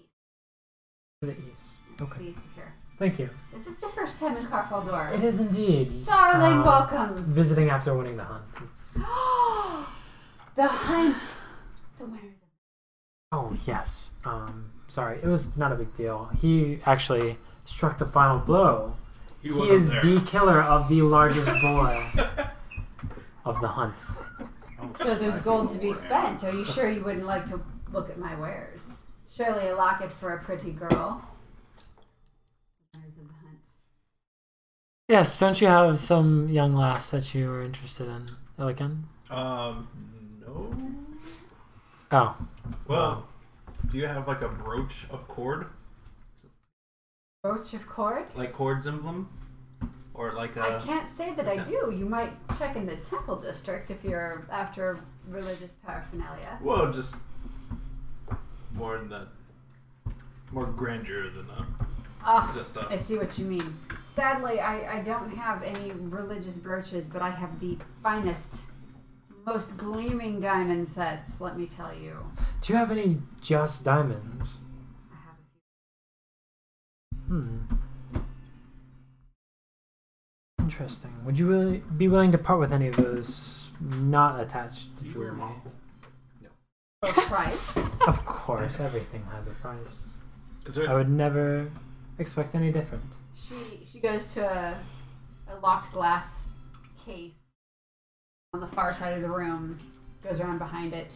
A: To the east.
D: to the
A: Okay.
D: east of here.
A: Thank you.
D: Is this your first time in Carfaldor?
A: It is indeed.
D: Darling,
A: Um,
D: welcome.
A: Visiting after winning the hunt. It's,
D: the hunt. The winners.
A: Oh yes. Um, sorry, it was not a big deal. He actually struck the final blow.
G: He,
A: He,
G: wasn't
A: is
G: there.
A: the killer of the largest boar of the hunt.
D: So there's gold to be spent. Are you sure you wouldn't like to look at my wares? Surely a locket for a pretty girl. Wares of the hunt.
A: Yes, don't you have some young lass that you were interested in, Illican?
G: Um, no.
A: Oh,
G: Well, do you have like a brooch of cord,
D: Brooch of cord?
G: like cord's emblem, or like
D: I
G: a?
D: can't say that I do. You might check in the temple district if you're after religious paraphernalia.
G: Well, just more in the more grandeur than a,
D: Ah,
G: just a.
D: I see what you mean. Sadly, I, I don't have any religious brooches, but I have the finest, most gleaming diamond sets, let me tell you.
A: do you have any just diamonds?
D: I have a few.
A: Hmm. Interesting. Would you really be willing to part with any of those not attached to
G: Do you wear
A: jewelry?
G: them all?
D: For a price.
A: Of course, everything has a price.
G: Is there-
A: I would never expect any different.
D: She she goes to a, a locked glass case on the far side of the room, goes around behind it.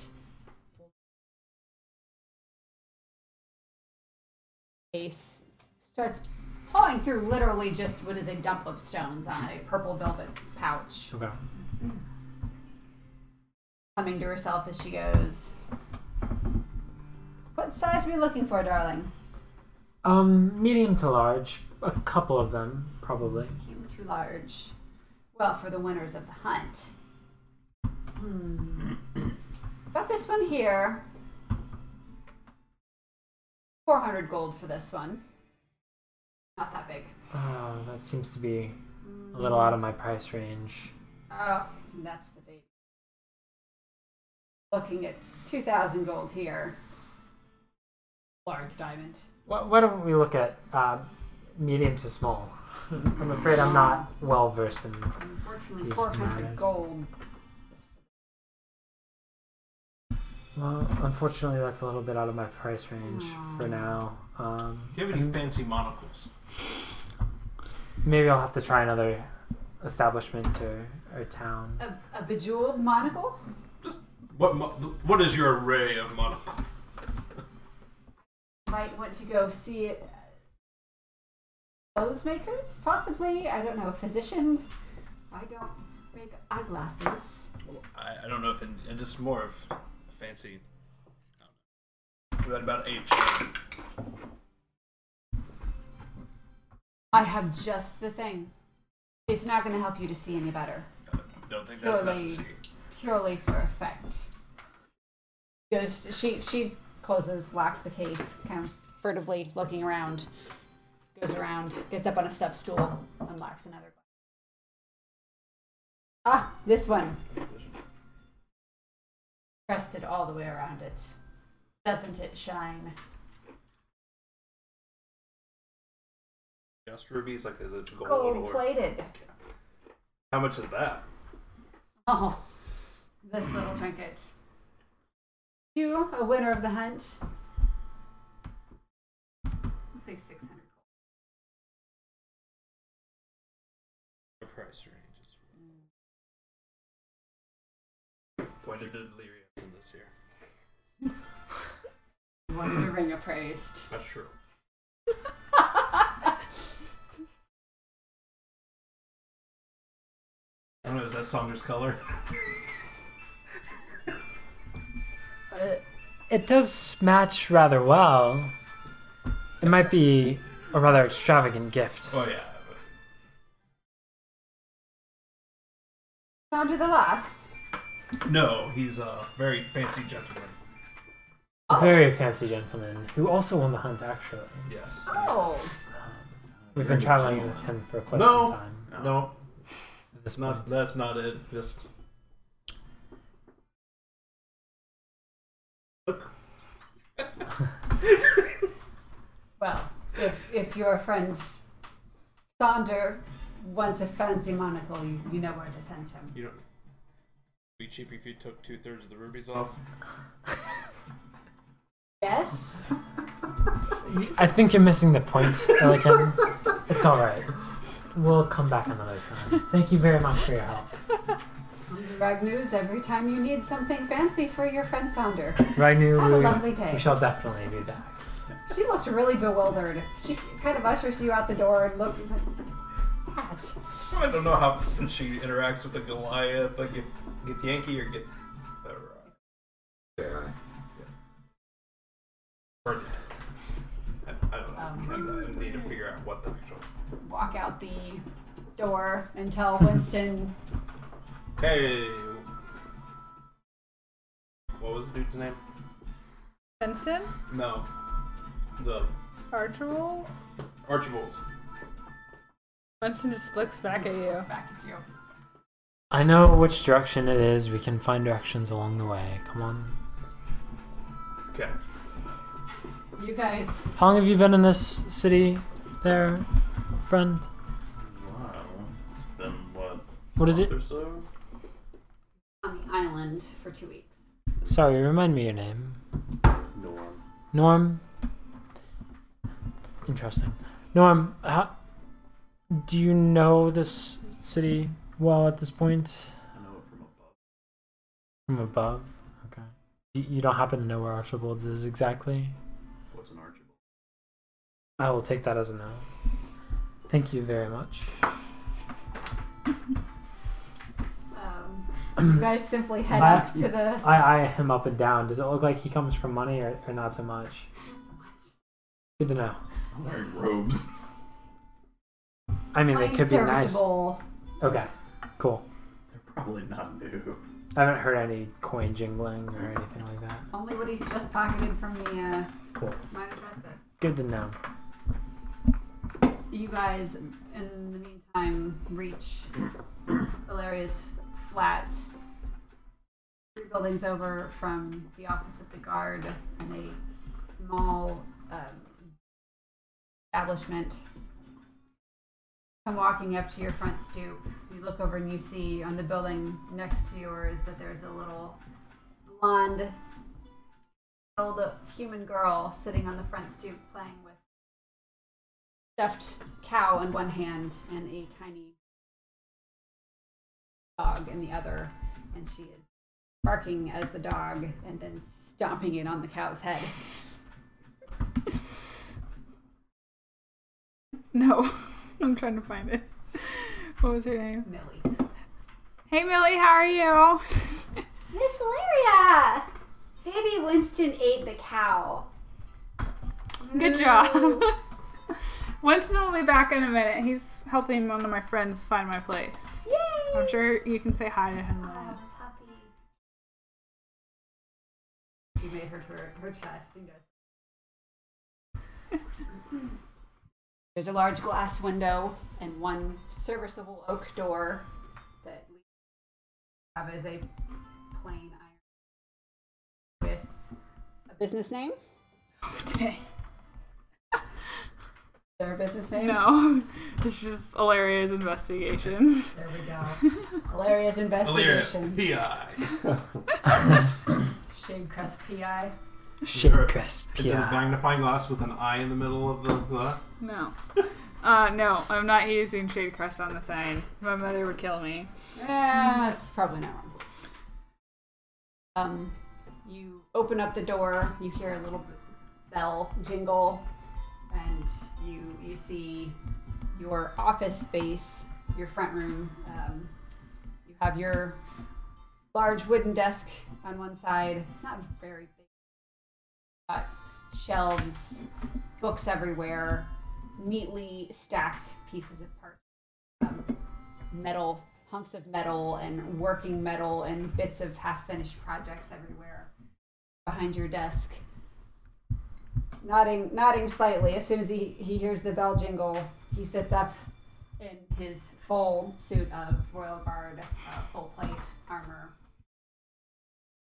D: Case starts pawing through literally just what is a dump of stones on a purple velvet pouch.
A: Okay.
D: Coming to herself as she goes. What size are we looking for, darling?
A: Um, medium to large, a couple of them probably.
D: Came too large. Well, for the winners of the hunt. Hmm. About this one here. 400 gold for this one. Not that big.
A: Uh, that seems to be a little out of my price range.
D: Oh, that's the baby. Looking at 2,000 gold here. Large diamond.
A: Why, why don't we look at uh, medium to small? I'm afraid I'm not well versed in.
D: Unfortunately,
A: These
D: 400
A: matters.
D: gold.
A: Well, unfortunately, that's a little bit out of my price range for now. Um,
G: Do you have any fancy monocles?
A: maybe I'll have to try another establishment or, or town.
D: A, a bejeweled monocle?
G: Just what? Mo- what is your array of monocles?
D: might want to go see it. Clothes makers, possibly. I don't know. A physician. I don't make eyeglasses.
G: I, I don't know if it, it just more of a fancy. I don't know. About H.
D: I have just the thing. It's not going to help you to see any better.
G: Don't think that's
D: Surely.
G: necessary.
D: Purely for effect. Goes. She she closes, locks the case, kind of furtively looking around. Goes around, gets up on a step stool, unlocks another. Ah, this one. crested all the way around it. Doesn't it shine?
G: Just rubies, like is it gold,
D: Gold
G: or
D: plated.
G: how much is that?
D: Oh, this little trinket. You, a winner of the hunt. We'll say 600.
G: The price range is. Why did Delirious in this year?
D: Wanted your ring appraised.
G: That's true. I don't know. Is that Saunders' color?
A: It does match rather well. It might be a rather extravagant gift.
G: Oh yeah.
D: Found with the lass.
G: No, he's a very fancy gentleman.
D: Oh,
A: A very fancy gentleman who also won the hunt, actually. Um,
G: Yes.
D: Oh,
A: We've been traveling with him for quite
G: No.
A: some time.
G: No,
A: at This
G: it's not.
A: point.
G: That's not it. Just
D: well, if, if your friend Sonder wants a fancy monocle, you, you know where to send him.
G: you don't. It'd be cheap if you took two thirds of the rubies off.
D: Yes.
A: I think you're missing the point, Elican. It's all right. We'll come back another time. Thank you very much for your help.
D: Rag news every time you need something fancy for your friend Sounder.
A: Ragnu,
D: Have a
A: we-
D: lovely
A: we
D: day.
A: shall definitely be back.
D: She looks really bewildered. She kind of ushers you out the door and looks like, "What's that?
G: I don't know how often she interacts with the Goliath, like if get Yankee or uh, get
J: There.
G: Burned. I, I don't know.
D: Um,
G: I, I need to figure out what the actual.
D: Walk out the door and tell Winston
G: Hey, what was the dude's name?
C: Winston?
G: No, the
C: Archibald?
G: Archibald.
C: Winston just looks back at you.
D: back at you.
A: I know which direction it is. We can find directions along the way. Come on.
G: Okay.
D: You guys.
A: How long have you been in this city there, friend?
F: Wow. Then what?
A: What is it?
F: Or so?
D: On the island for two weeks.
A: Sorry, remind me your name.
F: Norm.
A: Norm. Interesting. Norm, how, do you know this city well at this point?
F: I know it from above.
A: From above? Okay. You, you don't happen to know where Archibald's is exactly?
F: What's an Archibald?
A: I will take that as a no. Thank you very much.
D: Um, you guys simply head
A: Bye.
D: up to the.
A: I eye him up and down. Does it look like he comes from money or, or not so much? Good to know.
E: I'm wearing robes.
A: I mean, they
D: plain
A: could be nice.
D: serviceable
A: Okay, cool.
E: They're probably not new.
A: I haven't heard any coin jingling or anything like that.
D: Only what he's just pocketed from the uh,
A: Cool.
D: minor trust bit.
A: Good to know.
D: You guys, in the meantime, reach Valeria's flat, three buildings over from the office of the guard, and a small um, establishment. Come walking up to your front stoop. You look over and you see on the building next to yours that there's a little blonde, old human girl sitting on the front stoop playing with stuffed cow in one hand and a tiny dog in the other, and she is barking as the dog and then stomping it on the cow's head.
C: No, I'm trying to find it. What was her name?
D: Millie.
C: Hey Millie, how are you?
D: Miss Lyria! Baby Winston ate the cow.
C: Good job. Winston will be back in a minute. He's helping one of my friends find my place.
D: Yay!
C: I'm sure you can say hi to him then.
D: puppy. She made her her, her chest and goes. There's a large glass window and one serviceable oak door that we have as a plain iron with a business name.
C: Dang.
D: Is there a business name?
C: No, it's just hilarious investigations.
D: There we go. Hilarious
G: Oh,
D: investigations.
G: PI.
D: Shade Crest PI.
A: Shadecrest
G: It's a
A: Pierre.
G: magnifying glass with an eye in the middle of the glass.
C: No. Uh, no, I'm not using Shade Crest on the sign. My mother would kill me.
D: Yeah, it's probably not wrong. Um, you open up the door. You hear a little bell jingle, and you you see your office space, your front room. Um, you have your large wooden desk on one side. It's not very big. Got shelves, books everywhere, neatly stacked pieces of parts. Um, metal hunks of metal and working metal and bits of half finished projects everywhere behind your desk nodding nodding slightly as soon as he, he hears the bell jingle he sits up in his full suit of royal guard uh, full plate armor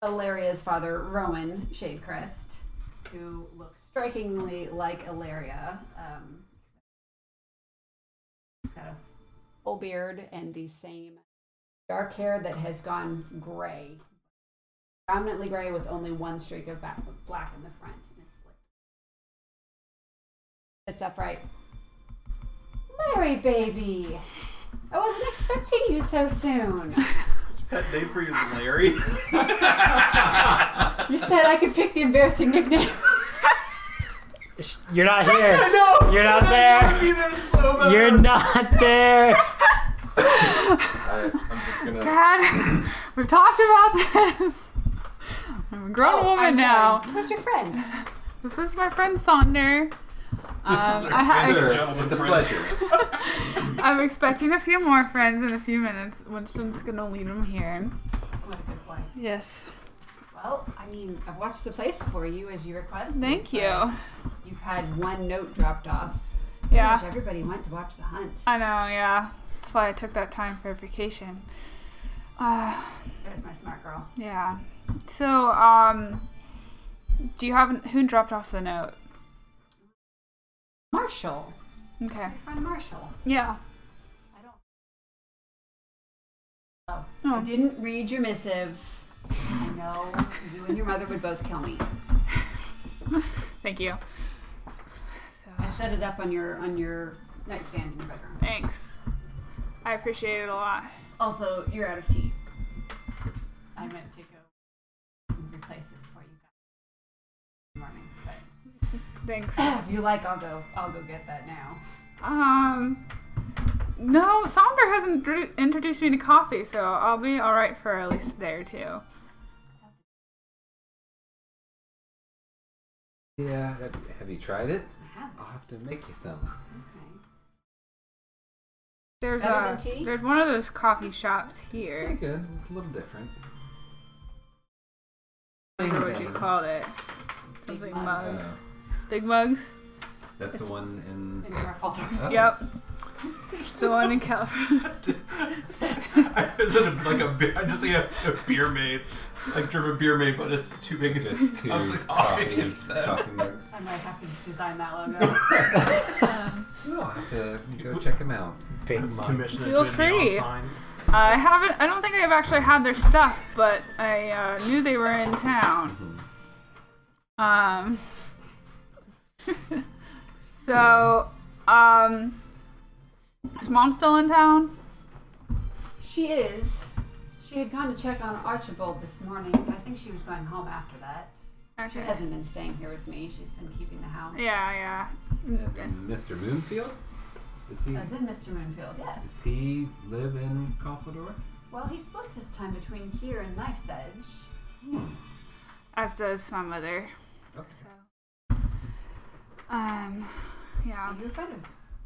D: Ilaria's father Rowan Shadecrest who looks strikingly like Ilaria um, he's got a full beard and the same dark hair that has gone gray.
K: predominantly gray with only one streak of back, black in the front. And it's like
D: It's upright. Larry, baby. I wasn't expecting you so soon.
G: His pet name for you is Larry.
D: You said I could pick the embarrassing nickname.
A: Sh- You're not here. You're not there. You're not there.
G: I,
B: Uh,
G: I'm just gonna.
C: God, we've talked about this. I'm a grown woman
D: Oh, I'm
C: now.
D: sorry. Where's your friend?
C: This is my friend Sonder. Um, I
G: friend.
C: ha-
G: Gentlemen,
B: It's a
G: friends.
B: pleasure.
C: I'm expecting a few more friends in a few minutes. Winston's gonna lead them here.
D: What a good point.
C: Yes.
D: Well, I mean, I've watched the place for you as you requested.
C: Thank
D: but
C: you.
D: You've had one note dropped off. Pretty
C: Yeah.
D: much everybody went to watch the hunt.
C: I know, yeah. That's why I took that time for vacation. Uh,
D: There's my smart girl.
C: yeah. So, um, do you have who dropped off the note?
D: Marshall.
C: Okay.
D: Your friend Marshall.
C: Yeah.
D: I don't. Oh.
C: Oh.
D: I didn't read your missive. I know you and your mother would both kill me.
C: Thank you. So,
D: I set it up on your on your nightstand in your bedroom.
C: thanks. I appreciate it a lot.
D: Also, you're out of tea. I meant to go and replace it before you got in the morning. But
C: Thanks.
D: if you like, I'll go. I'll go get that now.
C: Um, no, Sonder hasn't dr- introduced me to coffee, so I'll be all right for at least a day or two.
B: Yeah, have, have you tried it?
D: I have
B: I'll have to make you some.
D: okay.
C: There's
D: Better
C: a
D: than tea?
C: there's one of those coffee shops
B: Pretty
C: here.
B: good. It's a little different.
C: I don't know what you
B: Big
C: called it. Something
D: Big
C: mugs.
D: mugs.
B: Uh,
C: Big mugs.
B: that's the one in.
D: In your folder.
B: Oh.
C: Yep. It's the one in California.
G: Is it a, like a beer? I just see a, a beer made, like German beer made, but it's too big.
B: Just two
G: I was like,
B: coffee,
G: oh, instead.
B: coffee mugs.
D: I might have to design that logo.
B: No, I'll have to go check them out.
A: Big
G: Commission
C: Feel free. I haven't. I don't think I've actually had their stuff, but I uh, knew they were in town.
B: Mm-hmm.
C: Um. so, um, is mom still in town?
D: She is. She had gone to check on Archibald this morning, but I think she was going home after that. She
C: Okay.
D: hasn't been staying here with me. She's been keeping the house.
C: Yeah, yeah.
B: As in Mr. Moonfield? Does he,
D: As in Mr. Moonfield, yes.
B: does he live in Calfador?
D: Well, he splits his time between here and Knife's Edge.
C: As does my mother.
B: Okay.
C: So, um, yeah.
D: Are you a friend of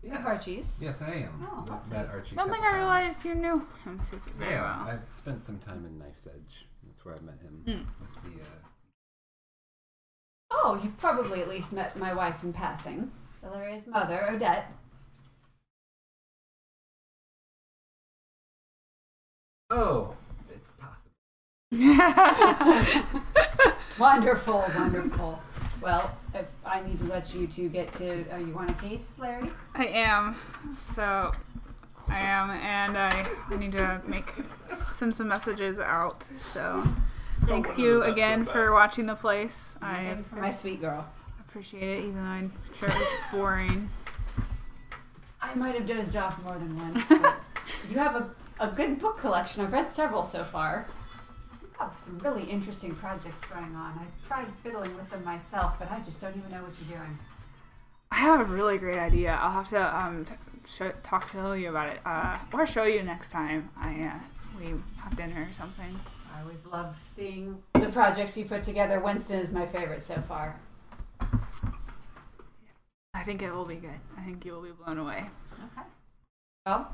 B: Yes.
D: Archie's?
B: Yes, I am.
D: Oh,
B: I've met Archie.
C: I don't think I realized you knew him super
B: Yeah,
C: well.
B: I've spent some time in Knife's Edge. That's where I met him.
C: Hmm.
B: With the, uh,
D: Oh, you've probably at least met my wife in passing. Valeria's mother, Odette.
B: oh, it's possible. uh,
D: Wonderful, wonderful. Well, if I need to let you two get to. Oh, you want a case, Larry?
C: I am. So I am, and I, I need to make send some messages out. So thank you again for watching the place. I
D: And for my sweet girl.
C: appreciate it, even though I'm sure it was boring.
D: I might have dozed off more than once. but you have a, a good book collection. I've read several so far. You have some really interesting projects going on. I tried fiddling with them myself, but I just don't even know what you're doing.
C: I have a really great idea. I'll have to um t- show, talk to you about it, uh, or show you next time. I uh, we have dinner or something.
D: I always love seeing the projects you put together. Winston is my favorite so far.
C: I think it will be good. I think you will be blown away.
D: Okay. Well,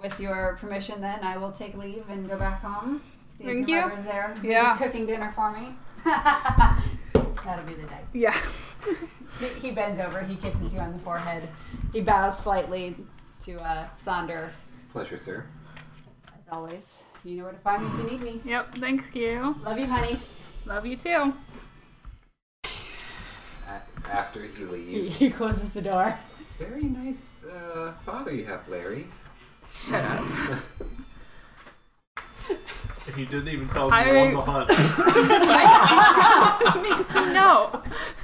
D: with your permission, then I will take leave and go back home. See
C: Thank
D: if your
C: you.
D: mother's there. Maybe
C: Yeah.
D: Cooking dinner for me. That'll be the day.
C: Yeah.
D: He- He bends over. He kisses you on the forehead. He bows slightly to uh, Sonder,
B: Pleasure, sir.
D: as always. You know where to find me if you need me.
C: Yep. Thanks you.
D: Love you, honey.
C: Love you too.
B: A- after he
D: He,
B: leaves.
D: he closes the door.
B: Very nice uh, father you have, Larry.
C: Shut up.
G: And you didn't even tell
C: I-
G: me you won the hunt.
C: I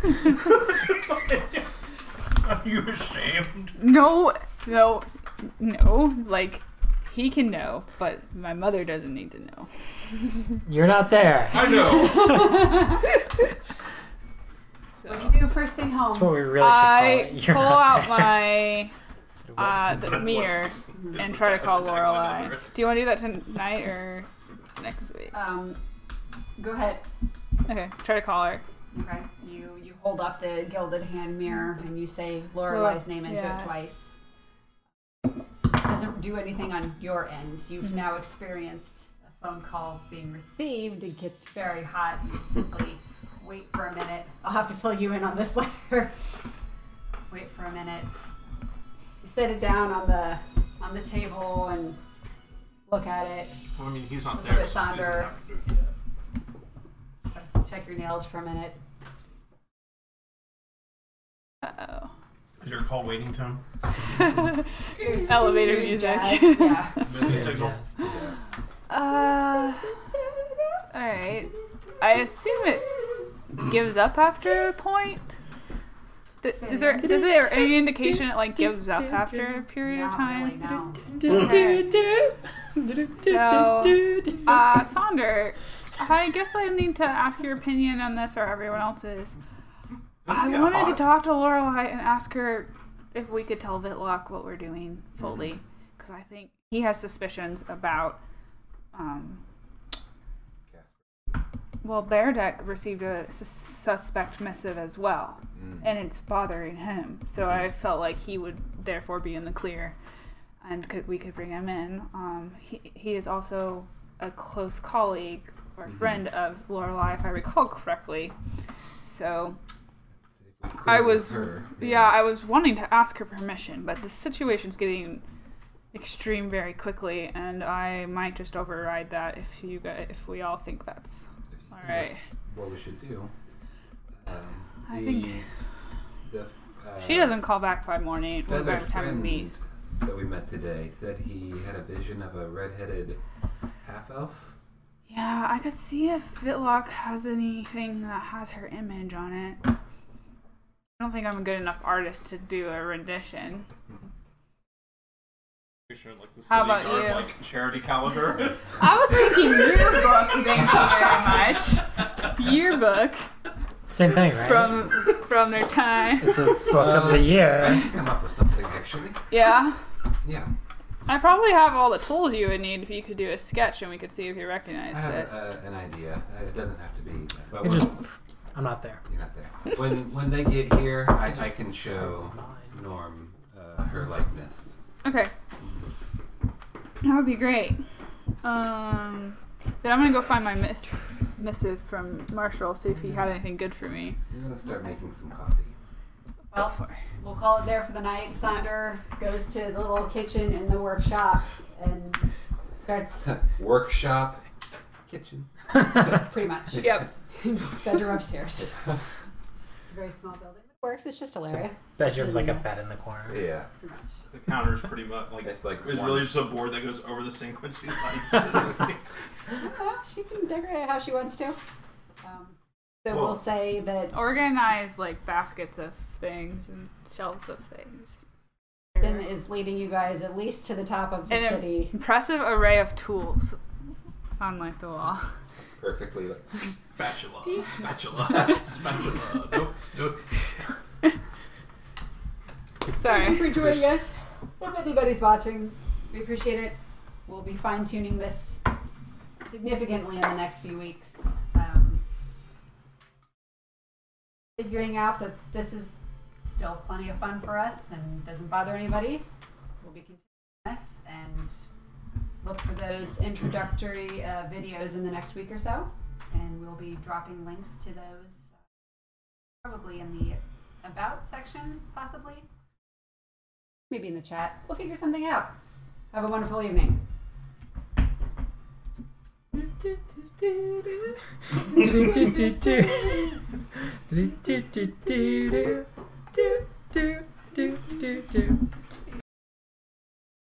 C: need to know.
G: Are you ashamed?
C: No, no, no. Like, he can know, but my mother doesn't need to know.
A: You're not there.
G: I know.
C: So,
D: What do you do first thing
A: That's
D: home?
A: what we really should call
C: I
A: it. You're
C: pull
A: not
C: out
A: there.
C: my
A: So what-
C: uh, the mirror and try to call Lorelai. Do you want to do that tonight or next week?
D: Um, go ahead.
C: Okay, try to call her.
D: Okay. You you hold up the gilded hand mirror and you say Lorelai's name into
C: yeah.
D: it twice. Doesn't do anything on your end. You've
C: Mm-hmm.
D: now experienced a phone call being received. It gets very hot. You just simply wait for a minute. I'll have to fill you in on this later. wait for a minute. You set it down on the on the table and look at it.
G: Well, I mean, he's not
D: Look
G: there,
D: at
G: so he doesn't
D: Sonder.
G: have to do it.
D: Check your nails for a minute.
C: Uh
G: Is there a call waiting tone?
C: oh.
D: Your
C: Elevator
D: snooze
C: music.
D: jazz, yeah.
G: Snooze signal.
A: Yes.
C: Uh, alright. I assume it gives up after a point. D- Is there is there any indication it like gives up after a period of
D: Not really,
C: time?
D: no.
C: Okay. So, uh, Sonder, I guess I need to ask your opinion on this or everyone else's. I
G: Yeah,
C: wanted to
G: hot.
C: talk to Lorelai and ask her if we could tell Vitlock what we're doing fully, because I think he has suspicions about. Um, well, Beardeck received a sus- suspect missive as well,
B: Hmm.
C: and it's bothering him. So I
B: Mm-hmm.
C: felt like he would therefore be in the clear, and could we could bring him in. Um, he he is also a close colleague or
B: Mm-hmm.
C: friend of Lorelai, if I recall correctly. So I was- yeah, I was wanting to ask her permission, but the situation's getting extreme very quickly, and I might just override that if you guys, if we all think that's all right.
B: What we should do. Um,
C: I
B: the,
C: think-
B: the, f- uh,
C: She doesn't call back by morning or by
B: feathered
C: the time we
B: friend
C: meet.
B: that we met today said he had a vision of a red-headed half-elf.
C: Yeah, I could see if Vitlock has anything that has her image on it. I don't think I'm a good enough artist to do a rendition.
G: Picture, like, the
C: How
G: city
C: about
G: guard,
C: you?
G: Like charity calendar.
C: I was thinking yearbook, thank you very much. Yearbook
A: Same thing, right?
C: from from their time.
A: it's a book of the
B: I
A: year.
B: can come up with something actually.
C: Yeah.
B: Yeah,
C: I probably have all the tools you would need if you could do a sketch and we could see if you
B: I
C: recognize
B: have
C: it.
B: uh, an idea. Uh, It doesn't have to be. But
A: It
B: when,
A: just, I'm not there.
B: you're not there. When when they get here, I, I can show Norm uh, her likeness.
C: Okay. That would be great. Um, then I'm gonna go find my miss- missive from Marshall, see if he had anything good for me.
B: I'm gonna start making some coffee.
D: Well, we'll call it there for the night. Sonder goes to the little kitchen in the workshop and starts
B: Workshop, kitchen.
D: pretty much
C: Yep.
D: bedroom upstairs. It's a very small building. It works. It's just Hilaria.
A: Bedroom's like a bed in the corner.
B: Yeah,
D: Pretty much.
G: the counter's pretty much like.
B: it's like
G: It's
B: one-
G: really just a board that goes over the sink when she slices.
D: Oh, she can decorate it how she wants to. Um, so
G: Well-
D: we'll say that
C: Organize like baskets of things and shelves of things.
D: Sin is leading you guys at least to the top of the
C: And it-
D: city.
C: Impressive array of tools on like the wall.
B: perfectly like
G: spatula, spatula, spatula. Nope, nope.
D: Thank
C: Sorry.
D: you for joining us. If anybody's watching, we appreciate it. We'll be fine tuning this significantly in the next few weeks. Um, figuring out that this is still plenty of fun for us and doesn't bother anybody. We'll be continuing this and look for those introductory uh, videos in the next week or so. And we'll be dropping links to those uh, probably in the About section, possibly maybe in the chat. We'll figure something out. Have a wonderful evening.
A: Do, do, do, do, do, do, do, do, do.